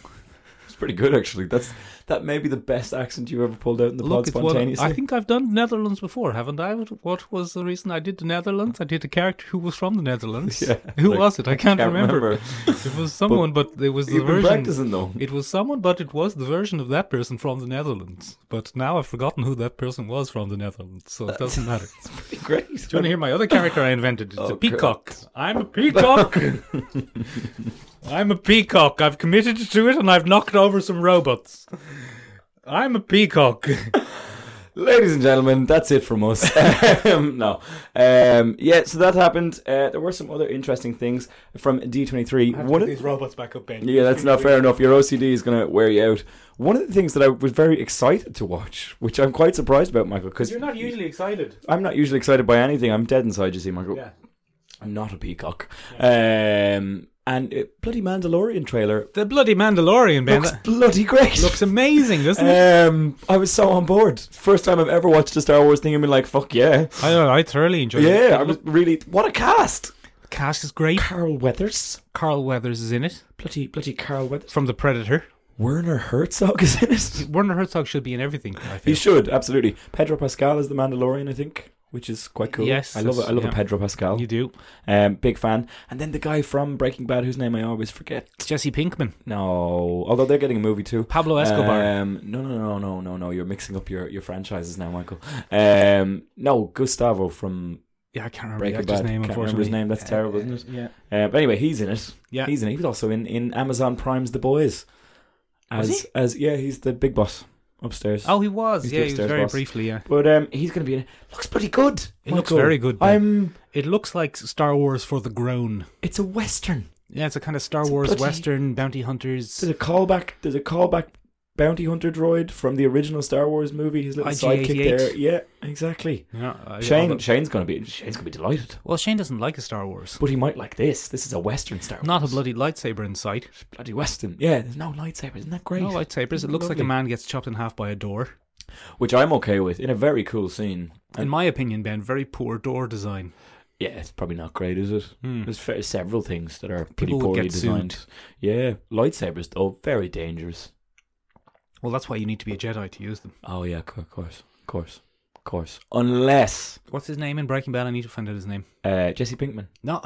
Speaker 3: It's pretty good, actually. That's that may be the best accent you ever pulled out in the pod
Speaker 2: Look, it's what
Speaker 3: spontaneously.
Speaker 2: I think I've done Netherlands before, haven't I? What- What was the reason I did the Netherlands? I did a character who was from the Netherlands.
Speaker 3: Yeah,
Speaker 2: who
Speaker 3: like,
Speaker 2: was it? I can't,
Speaker 3: Can't remember.
Speaker 2: It was someone, but, it was the
Speaker 3: You've been
Speaker 2: version.
Speaker 3: practicing though.
Speaker 2: It was someone, but it was the version of that person from the Netherlands. But now I've forgotten who that person was from the Netherlands, so it doesn't matter. Do
Speaker 3: Pretty great.
Speaker 2: you want to hear my other character I invented? It's a
Speaker 3: Oh,
Speaker 2: peacock. I'm a peacock. I'm a peacock. I've committed to it, and I've knocked over some robots. I'm a peacock.
Speaker 3: Ladies and gentlemen, that's it from us. um, no, um, yeah. So that happened. Uh, there were some other interesting things from D23. One of,
Speaker 2: robots back up, Ben.
Speaker 3: yeah, that's not fair enough. Your OCD is going to wear you out. One of the things that I was very excited to watch, which I'm quite surprised about, Michael, because
Speaker 2: not usually excited.
Speaker 3: I'm not usually excited by anything. I'm dead inside, you see, Michael. I'm not a peacock. Um, and uh, bloody Mandalorian trailer
Speaker 2: The bloody Mandalorian, Ben.
Speaker 3: looks bloody great.
Speaker 2: that looks amazing, doesn't it?
Speaker 3: um, I was so on board. First time I've ever watched a Star Wars thing and been like, "Fuck yeah,
Speaker 2: I don't know, I thoroughly enjoyed it.
Speaker 3: Uh, yeah!" I was really what a cast.
Speaker 2: The cast is great.
Speaker 3: Carl Weathers,
Speaker 2: Carl Weathers is in it
Speaker 3: bloody bloody Carl Weathers.
Speaker 2: from The Predator.
Speaker 3: Werner Herzog is in it.
Speaker 2: Werner Herzog should be in everything. I
Speaker 3: He
Speaker 2: feel.
Speaker 3: should absolutely. Pedro Pascal is the Mandalorian, I think, which is quite cool.
Speaker 2: Yes,
Speaker 3: I love it. I love
Speaker 2: yeah.
Speaker 3: a Pedro Pascal.
Speaker 2: You do.
Speaker 3: Um, big fan. And then the guy from Breaking Bad, whose name I always forget.
Speaker 2: It's Jesse Pinkman,
Speaker 3: No, although they're getting a movie too.
Speaker 2: Pablo Escobar.
Speaker 3: Um, no, no, no, no, no, no. You're mixing up your, your franchises now, Michael. Um, no, Gustavo from
Speaker 2: yeah, I can't remember the
Speaker 3: Breaking
Speaker 2: actor's
Speaker 3: Bad.
Speaker 2: name.
Speaker 3: Can't
Speaker 2: Unfortunately,
Speaker 3: remember his name. That's terrible, isn't it? Yeah. Uh, but anyway, he's in it.
Speaker 2: Yeah.
Speaker 3: He's in it. He was also in, in Amazon Prime's The Boys. as
Speaker 2: Was he?
Speaker 3: as yeah, he's the big boss upstairs.
Speaker 2: Oh, he was.
Speaker 3: He's the
Speaker 2: yeah, he was
Speaker 3: upstairs
Speaker 2: very
Speaker 3: boss.
Speaker 2: briefly. Yeah,
Speaker 3: But um, he's gonna be in it. Looks pretty good.
Speaker 2: It looks
Speaker 3: Michael.
Speaker 2: very good, Ben.
Speaker 3: I'm.
Speaker 2: it looks like Star Wars for the grown.
Speaker 3: It's a western.
Speaker 2: Yeah, it's a kind of Star
Speaker 3: It's a
Speaker 2: Wars
Speaker 3: bloody-
Speaker 2: Western bounty hunters.
Speaker 3: There's a callback. There's a callback bounty hunter droid from the original Star Wars movie. His little sidekick
Speaker 2: IG-88.
Speaker 3: there. Yeah, exactly.
Speaker 2: Yeah, I-
Speaker 3: Shane.
Speaker 2: although-
Speaker 3: Shane's gonna be. Shane's gonna be delighted.
Speaker 2: well, Shane doesn't like a Star Wars.
Speaker 3: But he might like this. This is a western Star Wars.
Speaker 2: Not a bloody lightsaber in sight.
Speaker 3: bloody western. Yeah. There's no lightsabers. Isn't that great?
Speaker 2: No lightsabers. It looks like a
Speaker 3: Lovely.
Speaker 2: man gets chopped in half by a door.
Speaker 3: Which I'm okay with. In a very cool scene.
Speaker 2: In my opinion, Ben, very poor door design.
Speaker 3: Yeah, it's probably not great, is it?
Speaker 2: Hmm.
Speaker 3: There's fair, several things that are pretty
Speaker 2: People would
Speaker 3: poorly
Speaker 2: get
Speaker 3: designed. Yeah, lightsabers though very dangerous.
Speaker 2: Well, that's why you need to be a Jedi to use them.
Speaker 3: Oh yeah, of course, of course, of course. Unless
Speaker 2: What's his name in Breaking Bad? I need to find out his name.
Speaker 3: uh, Jesse Pinkman.
Speaker 2: No,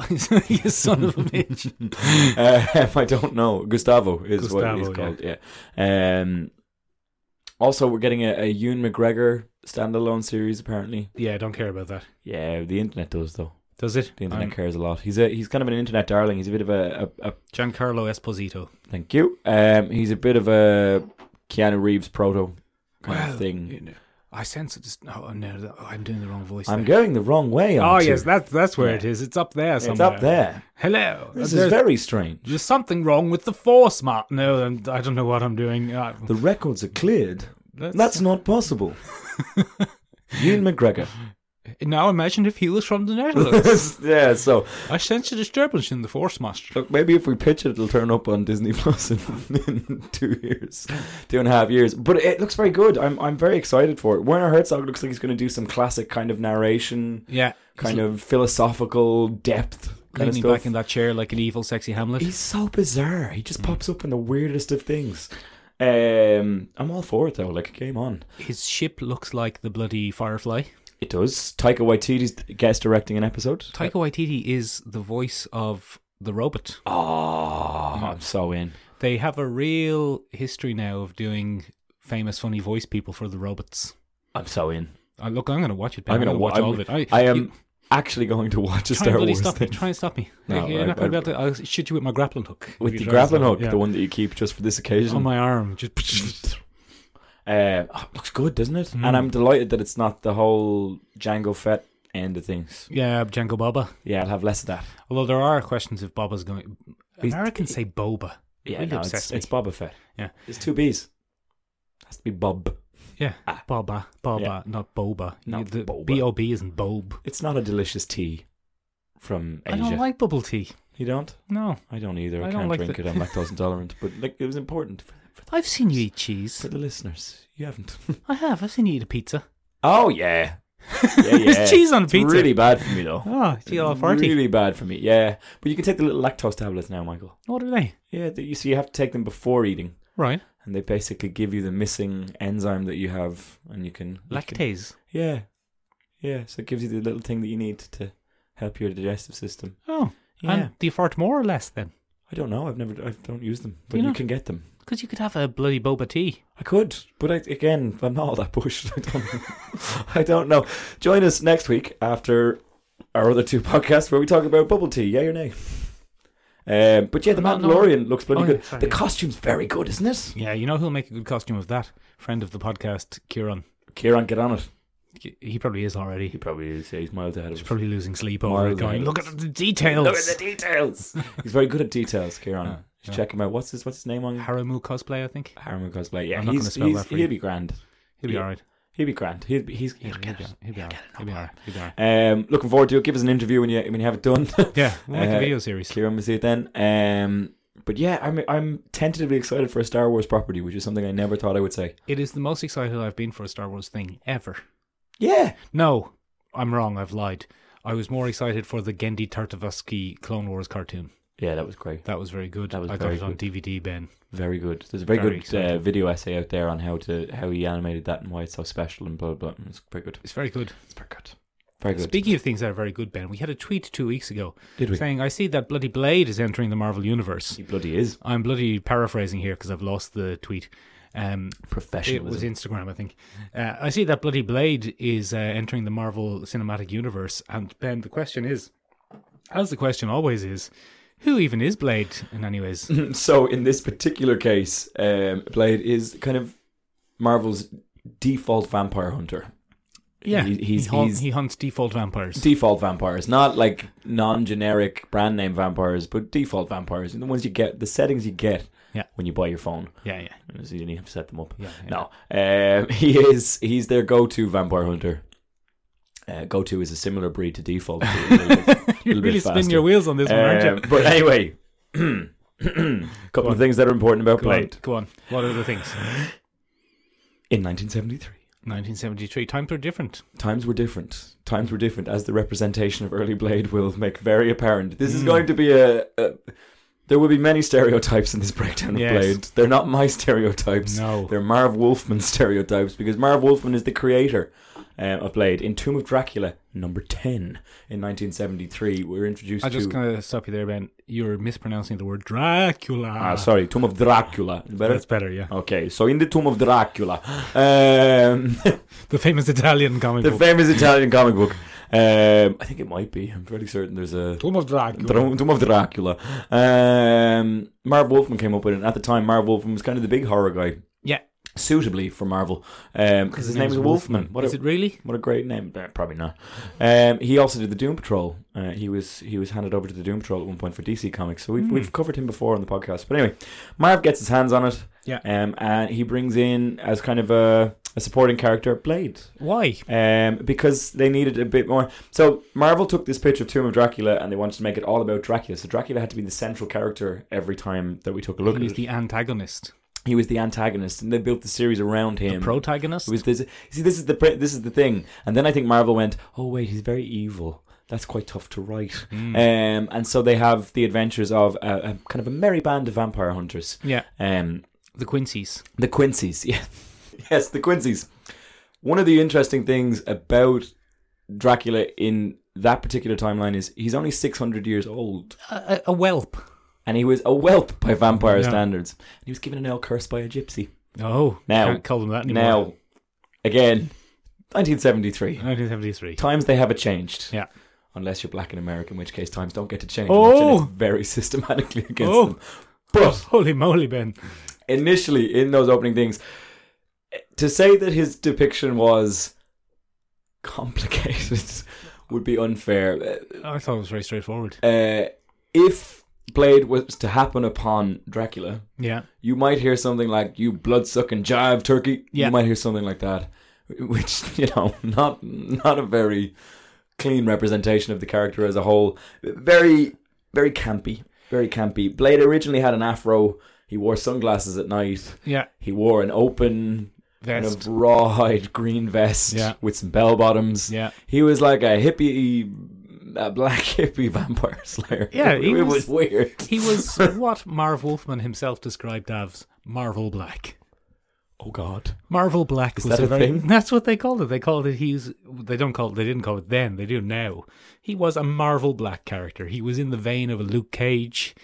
Speaker 2: you son of a bitch.
Speaker 3: uh, I don't know. Gustavo is what he's
Speaker 2: Gustavo, yeah.
Speaker 3: called. Yeah. Um. Also, we're getting a, a Ewan McGregor standalone series. Apparently,
Speaker 2: Yeah, I don't care about that.
Speaker 3: yeah. The internet does though.
Speaker 2: Does it?
Speaker 3: The internet
Speaker 2: I'm
Speaker 3: cares a lot. He's a he's kind of an internet darling. He's a bit of a, a, a
Speaker 2: Giancarlo Esposito.
Speaker 3: Thank you. Um, he's a bit of a Keanu Reeves proto kind
Speaker 2: Well,
Speaker 3: of thing.
Speaker 2: you know, I sense it's. Oh, no, that- oh, I'm doing the wrong voice.
Speaker 3: I'm
Speaker 2: there.
Speaker 3: going the wrong way.
Speaker 2: Oh,
Speaker 3: aren't
Speaker 2: yes,
Speaker 3: you?
Speaker 2: that's, that's where
Speaker 3: Yeah.
Speaker 2: it is. It's up there somewhere.
Speaker 3: it's up there.
Speaker 2: Hello.
Speaker 3: This
Speaker 2: there's,
Speaker 3: is very strange.
Speaker 2: there's something wrong with the force, Mark. No, I'm- I don't know what I'm doing. Uh,
Speaker 3: The records are cleared.
Speaker 2: that's-
Speaker 3: That's not possible. Ewan McGregor.
Speaker 2: Now imagine if he was from the Netherlands.
Speaker 3: yeah, so
Speaker 2: I sense a disturbance in the force, master.
Speaker 3: look, maybe if we pitch it, it'll turn up on Disney Plus in, in two years, two and a half years. But it looks very good. I'm I'm very excited for it. Werner Herzog looks like he's going to do some classic kind of narration,
Speaker 2: Yeah.
Speaker 3: kind of philosophical depth.
Speaker 2: Leaning
Speaker 3: Kind of stuff.
Speaker 2: back in that chair like an evil, sexy Hamlet.
Speaker 3: He's so bizarre. He
Speaker 2: Hmm.
Speaker 3: just pops up in the weirdest of things. Um, I'm all for it though. Like, game on.
Speaker 2: His ship looks like the bloody Firefly.
Speaker 3: It does. Taika Waititi's guest directing an episode.
Speaker 2: Taika Waititi is the voice of the robot.
Speaker 3: Oh, I'm so in.
Speaker 2: They have a real history now of doing famous, funny voice people for the robots.
Speaker 3: I'm so in.
Speaker 2: Uh, look, I'm going to watch it. Ben. I'm,
Speaker 3: gonna
Speaker 2: going to
Speaker 3: wa-
Speaker 2: watch
Speaker 3: I'm-
Speaker 2: all of it. I,
Speaker 3: I am
Speaker 2: you-
Speaker 3: actually going to watch
Speaker 2: try
Speaker 3: a Star
Speaker 2: and bloody
Speaker 3: Wars
Speaker 2: stop
Speaker 3: thing
Speaker 2: me. Try and stop me.
Speaker 3: No,
Speaker 2: You're
Speaker 3: I-
Speaker 2: not going to
Speaker 3: I-
Speaker 2: be able to. I'll shoot you with my grappling hook
Speaker 3: with
Speaker 2: if
Speaker 3: the
Speaker 2: you try and
Speaker 3: grappling
Speaker 2: stop
Speaker 3: hook,
Speaker 2: me. Yeah.
Speaker 3: the one that you keep just for this
Speaker 2: on
Speaker 3: occasion.
Speaker 2: my arm. Just
Speaker 3: uh, oh, looks good, doesn't it?
Speaker 2: Hmm.
Speaker 3: And I'm delighted that it's not the whole Django Fett end of things.
Speaker 2: yeah, Django Baba.
Speaker 3: Yeah, I'll have less of that.
Speaker 2: Although there are questions if Boba's going.
Speaker 3: He's-
Speaker 2: Americans say boba.
Speaker 3: Yeah,
Speaker 2: Really
Speaker 3: no,
Speaker 2: upsets
Speaker 3: it's,
Speaker 2: me.
Speaker 3: it's Boba Fett.
Speaker 2: Yeah.
Speaker 3: it's two B's. Has to be Bob.
Speaker 2: Yeah, boba, boba,
Speaker 3: Ah. Yeah.
Speaker 2: not boba.
Speaker 3: Not
Speaker 2: the
Speaker 3: boba.
Speaker 2: B O B isn't bob.
Speaker 3: It's not a delicious tea from Asia.
Speaker 2: I don't like bubble tea.
Speaker 3: you don't?
Speaker 2: No,
Speaker 3: I don't either. I,
Speaker 2: I don't
Speaker 3: can't
Speaker 2: like
Speaker 3: drink
Speaker 2: the-
Speaker 3: it. I'm lactose intolerant. But like, it was important for, for,
Speaker 2: I've seen you eat
Speaker 3: for
Speaker 2: cheese.
Speaker 3: the listeners. You haven't.
Speaker 2: I have. I've seen you eat a pizza.
Speaker 3: oh yeah. yeah, yeah.
Speaker 2: There's cheese on
Speaker 3: It's
Speaker 2: pizza.
Speaker 3: Really bad for me though.
Speaker 2: Oh, it's all farty.
Speaker 3: Really bad for me. Yeah, but you can take the little lactose tablets now, Michael.
Speaker 2: What are they?
Speaker 3: Yeah, that you so you have to take them before eating,
Speaker 2: Right,
Speaker 3: and they basically give you the missing enzyme that you have, and you can you can-
Speaker 2: lactase.
Speaker 3: Yeah, yeah. So it gives you the little thing that you need to help your digestive system.
Speaker 2: Oh,
Speaker 3: Yeah.
Speaker 2: and do you fart more or less then?
Speaker 3: I don't know. I've never. I don't use them, but
Speaker 2: You
Speaker 3: you,
Speaker 2: know-
Speaker 3: can get them.
Speaker 2: Because you could have a bloody boba tea.
Speaker 3: I could, but I, again, I'm not all that pushed. I don't. I don't know. Join us next week after our other two podcasts where we talk about bubble tea. Yeah or nay? Um, but yeah, the
Speaker 2: No, no.
Speaker 3: Mandalorian looks bloody
Speaker 2: Oh, yeah,
Speaker 3: good.
Speaker 2: sorry,
Speaker 3: the
Speaker 2: yeah.
Speaker 3: costume's very good, isn't it?
Speaker 2: Yeah, you know who'll make a good costume of that? Friend of the podcast, Kieran.
Speaker 3: Kieran, get on it.
Speaker 2: He probably is already.
Speaker 3: He probably is. Yeah, he's miles ahead of
Speaker 2: He's
Speaker 3: us.
Speaker 2: probably losing sleep over it,
Speaker 3: Miles
Speaker 2: going,
Speaker 3: ahead.
Speaker 2: look at the details.
Speaker 3: Look at the details. he's very good at details, Kieran.
Speaker 2: Yeah,
Speaker 3: Just
Speaker 2: yeah.
Speaker 3: check him out. What's his What's his name on
Speaker 2: Haramu cosplay, I think.
Speaker 3: Harriman cosplay? Yeah,
Speaker 2: I'm not
Speaker 3: he's,
Speaker 2: gonna spell
Speaker 3: he's-
Speaker 2: that for you.
Speaker 3: he'll be grand.
Speaker 2: He'll be
Speaker 3: Yeah.
Speaker 2: all right.
Speaker 3: He'll be grand. He'll be, he's, he'll
Speaker 2: He'll,
Speaker 3: get
Speaker 2: be,
Speaker 3: it.
Speaker 2: he'll be all right. He'll be all right. He'll be all right.
Speaker 3: Um, looking forward to it. Give us an interview when you when you have it done.
Speaker 2: Yeah, we'll make
Speaker 3: Uh,
Speaker 2: a video series.
Speaker 3: Kieran, we see it then. Um, but yeah, I'm I'm tentatively excited for a Star Wars property, which is something I never thought I would say.
Speaker 2: It is the most excited I've been for a Star Wars thing ever.
Speaker 3: Yeah,
Speaker 2: No, I'm wrong. I've lied. I was more excited for the Gendy Tartakovsky Clone Wars cartoon.
Speaker 3: yeah, that was great.
Speaker 2: That was very good.
Speaker 3: That was
Speaker 2: I got
Speaker 3: very
Speaker 2: it on
Speaker 3: good.
Speaker 2: DVD, Ben.
Speaker 3: Very good. There's a very,
Speaker 2: Very
Speaker 3: good uh, video essay out there on how to how he animated that and why it's so special and blah blah. blah. It's very good.
Speaker 2: It's very good.
Speaker 3: It's very good. Very good.
Speaker 2: Speaking of things that are very good, Ben, we had a tweet two weeks ago
Speaker 3: Did we?
Speaker 2: saying, I see that bloody Blade is entering the Marvel Universe.
Speaker 3: He bloody is
Speaker 2: I'm bloody paraphrasing here because I've lost the tweet. Um, it
Speaker 3: professional.
Speaker 2: was Instagram, I think. Uh, I see that bloody Blade is uh, entering the Marvel Cinematic Universe, and Ben, the question is, as the question always is, Who even is Blade in any ways?
Speaker 3: so in this particular case, um, Blade is kind of Marvel's default vampire hunter.
Speaker 2: Yeah,
Speaker 3: He- he's-
Speaker 2: he, hun-
Speaker 3: he's-
Speaker 2: he hunts default vampires.
Speaker 3: Default vampires, not like non-generic brand name vampires, but default vampires, the ones you get, the settings you get
Speaker 2: Yeah.
Speaker 3: when you buy your phone.
Speaker 2: yeah, yeah,
Speaker 3: So you need to set them up.
Speaker 2: yeah, yeah.
Speaker 3: No, um, he is he's their go-to vampire hunter. Uh, go-to is a similar breed to default. so a little bit-
Speaker 2: You're
Speaker 3: little bit
Speaker 2: really spinning
Speaker 3: faster.
Speaker 2: your wheels on this one, aren't you?
Speaker 3: Um, but anyway,
Speaker 2: Go
Speaker 3: couple
Speaker 2: on.
Speaker 3: of things that are important about
Speaker 2: Go on,
Speaker 3: Blade.
Speaker 2: go on. What are the things?
Speaker 3: In 1973,
Speaker 2: 1973. Times were different.
Speaker 3: times were different. Times were different, as the representation of early Blade will make very apparent. This
Speaker 2: Hmm.
Speaker 3: is going to be a. a there will be many stereotypes in this breakdown of
Speaker 2: Yes.
Speaker 3: Blade. They're not my stereotypes.
Speaker 2: No.
Speaker 3: They're Marv Wolfman stereotypes because Marv Wolfman is the creator uh, of Blade. In Tomb of Dracula, number 10, in 1973, we're introduced
Speaker 2: i will just
Speaker 3: to.
Speaker 2: going to stop you there, Ben. You're mispronouncing the word Dracula.
Speaker 3: Ah, sorry, Tomb of Dracula. Better? Oh.
Speaker 2: That's better, yeah.
Speaker 3: Okay, so in the Tomb of Dracula, um,
Speaker 2: The famous Italian comic
Speaker 3: the
Speaker 2: book.
Speaker 3: famous Italian comic book. Um, I think it might be. I'm pretty certain there's a
Speaker 2: Tomb of Dracula.
Speaker 3: Dra- Tomb of Dracula. Um, Marv Wolfman came up with it. And at the time, Marv Wolfman was kind of the big horror guy.
Speaker 2: Yeah.
Speaker 3: Suitably for Marvel, because his, name is Wolfman. What
Speaker 2: Is
Speaker 3: a,
Speaker 2: it really?
Speaker 3: what a great name! Eh, Probably not. Um, he also did the Doom Patrol. Uh, he was he was handed over to the Doom Patrol at one point for DC Comics. So we've
Speaker 2: Hmm.
Speaker 3: we've covered him before on the podcast. But anyway, Marv gets his hands on it.
Speaker 2: Yeah.
Speaker 3: Um, and he brings in as kind of a, a supporting character Blade
Speaker 2: Why?
Speaker 3: um, because they needed a bit more. So Marvel took this pitch of Tomb of Dracula and they wanted to make it all about Dracula. So Dracula had to be the central character every time that we took a look
Speaker 2: He
Speaker 3: at
Speaker 2: was
Speaker 3: it.
Speaker 2: the antagonist.
Speaker 3: he was the antagonist, and they built the series around him.
Speaker 2: The protagonist?
Speaker 3: It was this, see, this is the pr- this is the thing, and then I think Marvel went, "Oh wait, he's very evil. That's quite tough to write."
Speaker 2: Hmm.
Speaker 3: Um, and so they have the adventures of a, a kind of a merry band of vampire hunters.
Speaker 2: yeah.
Speaker 3: Um,
Speaker 2: The Quincy's.
Speaker 3: the Quincy's, yeah. yes, the Quincy's. One of the interesting things about Dracula in that particular timeline is he's only 600 years old
Speaker 2: A, a, a whelp.
Speaker 3: and he was a whelp by vampire
Speaker 2: Yeah.
Speaker 3: standards. And he was given an L curse by a gypsy.
Speaker 2: Oh.
Speaker 3: Now-
Speaker 2: Can't call them that anymore.
Speaker 3: Now, again, 1973.
Speaker 2: 1973.
Speaker 3: Times they have it changed.
Speaker 2: Yeah.
Speaker 3: Unless you're black and American, in which case times don't get to change.
Speaker 2: Oh!
Speaker 3: And it's very systematically against
Speaker 2: Oh.
Speaker 3: them. But
Speaker 2: Holy moly, Ben.
Speaker 3: initially in those opening things to say that his depiction was complicated would be unfair
Speaker 2: I thought it was very straightforward.
Speaker 3: uh, if blade was to happen upon dracula
Speaker 2: Yeah.
Speaker 3: you might hear something like you blood-sucking jive turkey
Speaker 2: Yeah.
Speaker 3: you might hear something like that which you know not not a very clean representation of the character as a whole very very campy very campy blade originally had an afro he wore sunglasses at night
Speaker 2: Yeah.
Speaker 3: he wore an open kind
Speaker 2: Vest.
Speaker 3: of rawhide green vest
Speaker 2: Yeah.
Speaker 3: with some bell bottoms.
Speaker 2: Yeah.
Speaker 3: He was like a hippie, a black hippie vampire slayer.
Speaker 2: Yeah,
Speaker 3: it,
Speaker 2: he
Speaker 3: was,
Speaker 2: was-
Speaker 3: weird.
Speaker 2: He was what Marv Wolfman himself described as Marvel Black.
Speaker 3: Oh God,
Speaker 2: Marvel Black was
Speaker 3: that
Speaker 2: a
Speaker 3: a
Speaker 2: very,
Speaker 3: thing?
Speaker 2: That's what they called it. They called it. He's. They don't call. It, they didn't call it then. They do now. He was a Marvel Black character. He was in the vein of a Luke Cage.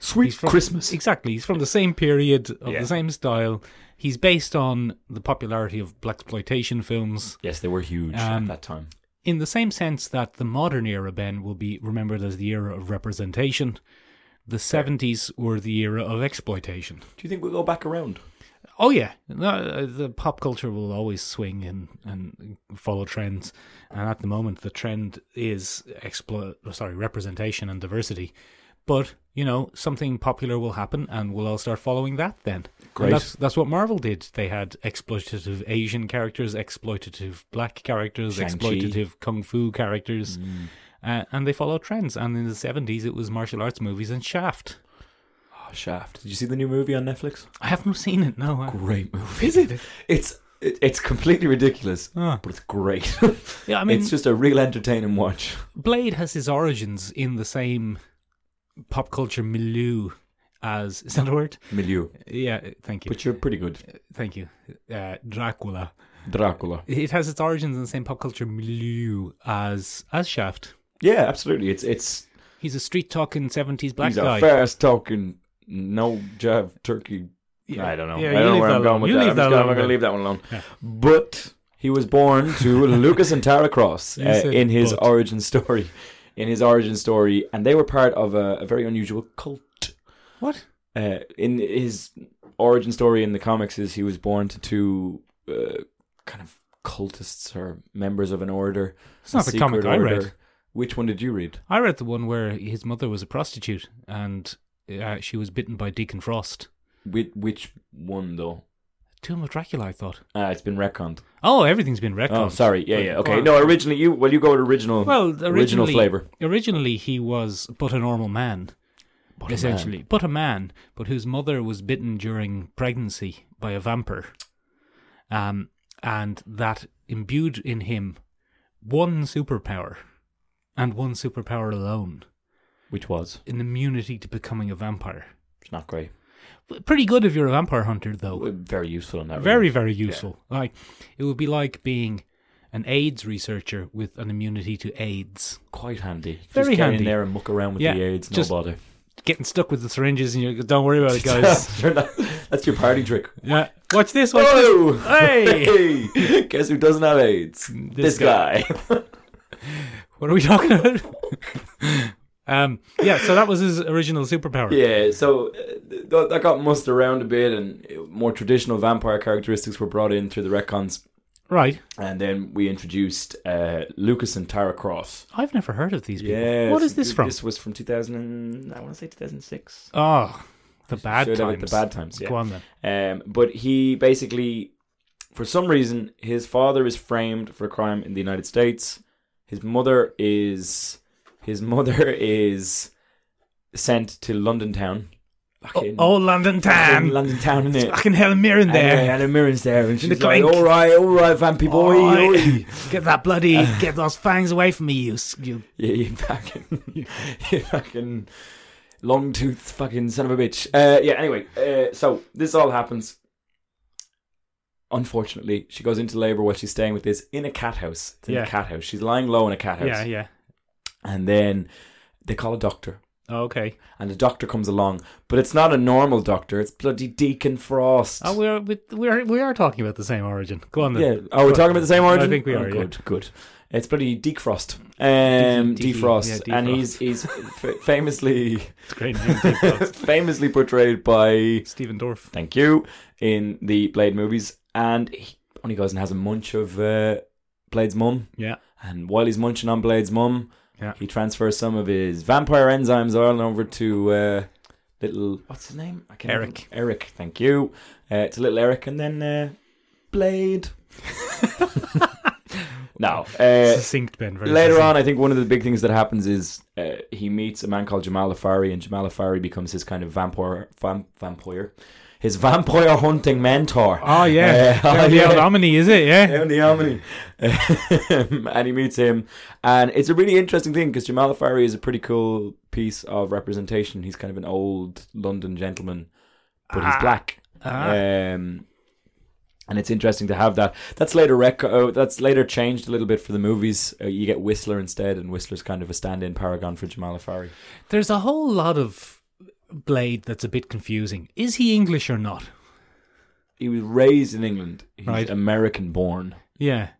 Speaker 3: sweet
Speaker 2: He's from,
Speaker 3: Christmas.
Speaker 2: Exactly. He's from the same period of
Speaker 3: Yeah.
Speaker 2: the same style. He's based on the popularity of black exploitation films
Speaker 3: Yes, they were huge
Speaker 2: Um,
Speaker 3: at that time.
Speaker 2: in the same sense that the modern era, Ben, will be remembered as the era of representation. The 70s were the era of exploitation.
Speaker 3: Do you think we'll go back around?
Speaker 2: Oh yeah, no, uh, the pop culture will always swing and and follow trends, and at the moment the trend is explo- sorry representation and diversity, but you know something popular will happen and we'll all start following that then. And
Speaker 3: Great.
Speaker 2: that's that's what Marvel did. They had exploitative Asian characters, exploitative black characters,
Speaker 3: Shang-Chi. Mm.
Speaker 2: exploitative kung fu characters, uh, and they followed trends. And in the seventies, it was martial arts movies and Shaft.
Speaker 3: Oh, Shaft. Did you see the new movie on Netflix?
Speaker 2: I haven't seen it. No, I-
Speaker 3: Great movie.
Speaker 2: is it?
Speaker 3: It's it, it's completely ridiculous,
Speaker 2: Ah.
Speaker 3: but it's great.
Speaker 2: Yeah, I mean,
Speaker 3: it's just a real entertaining watch.
Speaker 2: Blade has his origins in the same pop culture milieu as is that a word?
Speaker 3: Milieu,
Speaker 2: Yeah, thank you,
Speaker 3: but you're pretty good,
Speaker 2: thank you. Uh, Dracula.
Speaker 3: Dracula.
Speaker 2: It has its origins in the same pop culture milieu as as Shaft.
Speaker 3: Yeah, absolutely. It's it's
Speaker 2: He's a street talking seventies black
Speaker 3: He's
Speaker 2: guy.
Speaker 3: a fast talking, no jive turkey. I don't know.
Speaker 2: Yeah, you
Speaker 3: I don't know
Speaker 2: leave
Speaker 3: where
Speaker 2: that
Speaker 3: I'm going
Speaker 2: alone.
Speaker 3: with
Speaker 2: You
Speaker 3: that.
Speaker 2: leave
Speaker 3: I'm, just
Speaker 2: that
Speaker 3: gonna,
Speaker 2: alone,
Speaker 3: I'm gonna
Speaker 2: Ben.
Speaker 3: leave that one alone. But he was born to Lucas and Tara Cross uh,
Speaker 2: You said
Speaker 3: in his
Speaker 2: but.
Speaker 3: origin story. in his origin story, and they were part of a, a very unusual cult.
Speaker 2: What?
Speaker 3: Uh, in his origin story in the comics, is he was born to two uh, kind of cultists or members of an order.
Speaker 2: It's not
Speaker 3: a
Speaker 2: the comic
Speaker 3: secret
Speaker 2: I
Speaker 3: order.
Speaker 2: read.
Speaker 3: Which one did you read?
Speaker 2: I read the one where his mother was a prostitute and uh, she was bitten by Deacon Frost.
Speaker 3: Which, which one though?
Speaker 2: Tomb of Dracula, I thought.
Speaker 3: Uh, it's been retconned.
Speaker 2: Oh, everything's been retconned.
Speaker 3: Oh, sorry. Yeah,
Speaker 2: But-
Speaker 3: yeah. Okay.
Speaker 2: or-
Speaker 3: No, originally you. Well, you go with original.
Speaker 2: Well,
Speaker 3: original
Speaker 2: originally-
Speaker 3: flavor.
Speaker 2: Originally, he was but a normal man,
Speaker 3: But a
Speaker 2: essentially, but a man, but whose mother was bitten during pregnancy by a vampire, um, and that imbued in him one superpower, and one superpower alone:
Speaker 3: Which was?
Speaker 2: an immunity to becoming a vampire.
Speaker 3: It's not great.
Speaker 2: Pretty good if you're a vampire hunter, though.
Speaker 3: Very useful in that.
Speaker 2: very
Speaker 3: regard.
Speaker 2: very useful like it would be like being an aids researcher with an immunity to aids
Speaker 3: quite handy.
Speaker 2: Very
Speaker 3: just get
Speaker 2: handy.
Speaker 3: in there and muck around with
Speaker 2: Yeah,
Speaker 3: the AIDS. No
Speaker 2: just-
Speaker 3: bother.
Speaker 2: getting stuck with the syringes and you don't worry about it guys
Speaker 3: You're not- That's your party trick.
Speaker 2: yeah watch this watch this.
Speaker 3: Oh,
Speaker 2: Hey!
Speaker 3: Hey! Guess who doesn't have AIDS?
Speaker 2: This
Speaker 3: This, guy.
Speaker 2: what are we talking about um yeah so that was his original superpower
Speaker 3: yeah. So uh, th- that got mussed around a bit, and uh, more traditional vampire characteristics were brought in through the retcons,
Speaker 2: right
Speaker 3: and then we introduced uh, Lucas and Tara Cross.
Speaker 2: i've never heard of these people
Speaker 3: Yeah.
Speaker 2: what is this from
Speaker 3: This was from 2000. And, I want to say 2006.
Speaker 2: oh the bad
Speaker 3: Showed up at
Speaker 2: times
Speaker 3: The bad times. Yeah.
Speaker 2: go on then
Speaker 3: Um, but he basically, for some reason, his father is framed for a crime in the United States. His mother is his mother is sent to London town.
Speaker 2: oh, oh, london
Speaker 3: in
Speaker 2: town
Speaker 3: London town, isn't it?
Speaker 2: fucking hell mirren there
Speaker 3: and the mirror's there, and
Speaker 2: In the
Speaker 3: she's like,
Speaker 2: clink.
Speaker 3: "All right, all right, vampy boy,
Speaker 2: Oi.
Speaker 3: oi." Uh.
Speaker 2: get that bloody get those fangs away from me you, s- you
Speaker 3: Yeah, you fucking, you fucking long toothed fucking son of a bitch. Uh, yeah. Anyway, uh, so this all happens. Unfortunately, she goes into labor while she's staying with this in a cat house. It's in
Speaker 2: Yeah.
Speaker 3: a cat house. She's lying low in a cat house,
Speaker 2: yeah yeah
Speaker 3: and then they call a doctor,
Speaker 2: okay
Speaker 3: and the doctor comes along, but it's not a normal doctor. It's bloody Deacon Frost.
Speaker 2: Oh, we're we- we're we are talking about the same origin. Go on then.
Speaker 3: yeah. Are we talking about the same origin?
Speaker 2: I think we
Speaker 3: Oh,
Speaker 2: are.
Speaker 3: Good, good. It's bloody Decrost. Um,
Speaker 2: D- D-
Speaker 3: Defrost.
Speaker 2: yeah,
Speaker 3: And
Speaker 2: Defrost.
Speaker 3: he's he's f- famously
Speaker 2: Yeah. It's a great. name, Deep Throat.
Speaker 3: famously portrayed by
Speaker 2: Stephen Dorff.
Speaker 3: thank you in the Blade movies, and he only goes and has a munch of uh, Blade's mum.
Speaker 2: Yeah.
Speaker 3: And while he's munching on Blade's mum,
Speaker 2: Yeah.
Speaker 3: he transfers some of his vampire enzymes all over to uh, little what's his name? I can't
Speaker 2: Eric.
Speaker 3: remember. Eric, thank you. Uh, to little Eric, and then uh, Blade. no. Uh,
Speaker 2: Succinct Ben. Very
Speaker 3: Later
Speaker 2: succinct.
Speaker 3: on, I think one of the big things that happens is uh, he meets a man called Jamal Afari, and Jamal Afari becomes his kind of vampire, vam, vampire, his vampire hunting mentor.
Speaker 2: Oh yeah.
Speaker 3: Uh,
Speaker 2: Down the old Omni, is it? Yeah.
Speaker 3: Down the Omni. and he meets him, and it's a really interesting thing because Jamal Afari is a pretty cool piece of representation. He's kind of an old London gentleman, but he's
Speaker 2: Ah.
Speaker 3: black.
Speaker 2: Ah.
Speaker 3: Um, and it's interesting to have that. That's later rec- uh, That's later changed a little bit for the movies. Uh, you get Whistler instead, and Whistler's kind of a stand-in paragon for Jamal Afari.
Speaker 2: There's a whole lot of Blade that's a bit confusing. Is he English or not?
Speaker 3: He was raised in England. He's
Speaker 2: Right.
Speaker 3: American-born,
Speaker 2: Yeah.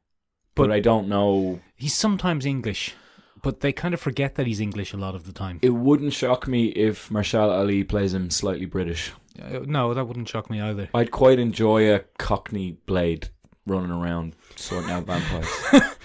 Speaker 3: but,
Speaker 2: But-
Speaker 3: I don't know.
Speaker 2: He's sometimes English, but they kind of forget that he's English a lot of the time.
Speaker 3: It wouldn't shock me if Marshall Ali plays him slightly British.
Speaker 2: Uh, no, that wouldn't shock me either.
Speaker 3: I'd quite enjoy a Cockney blade running around sorting out vampires.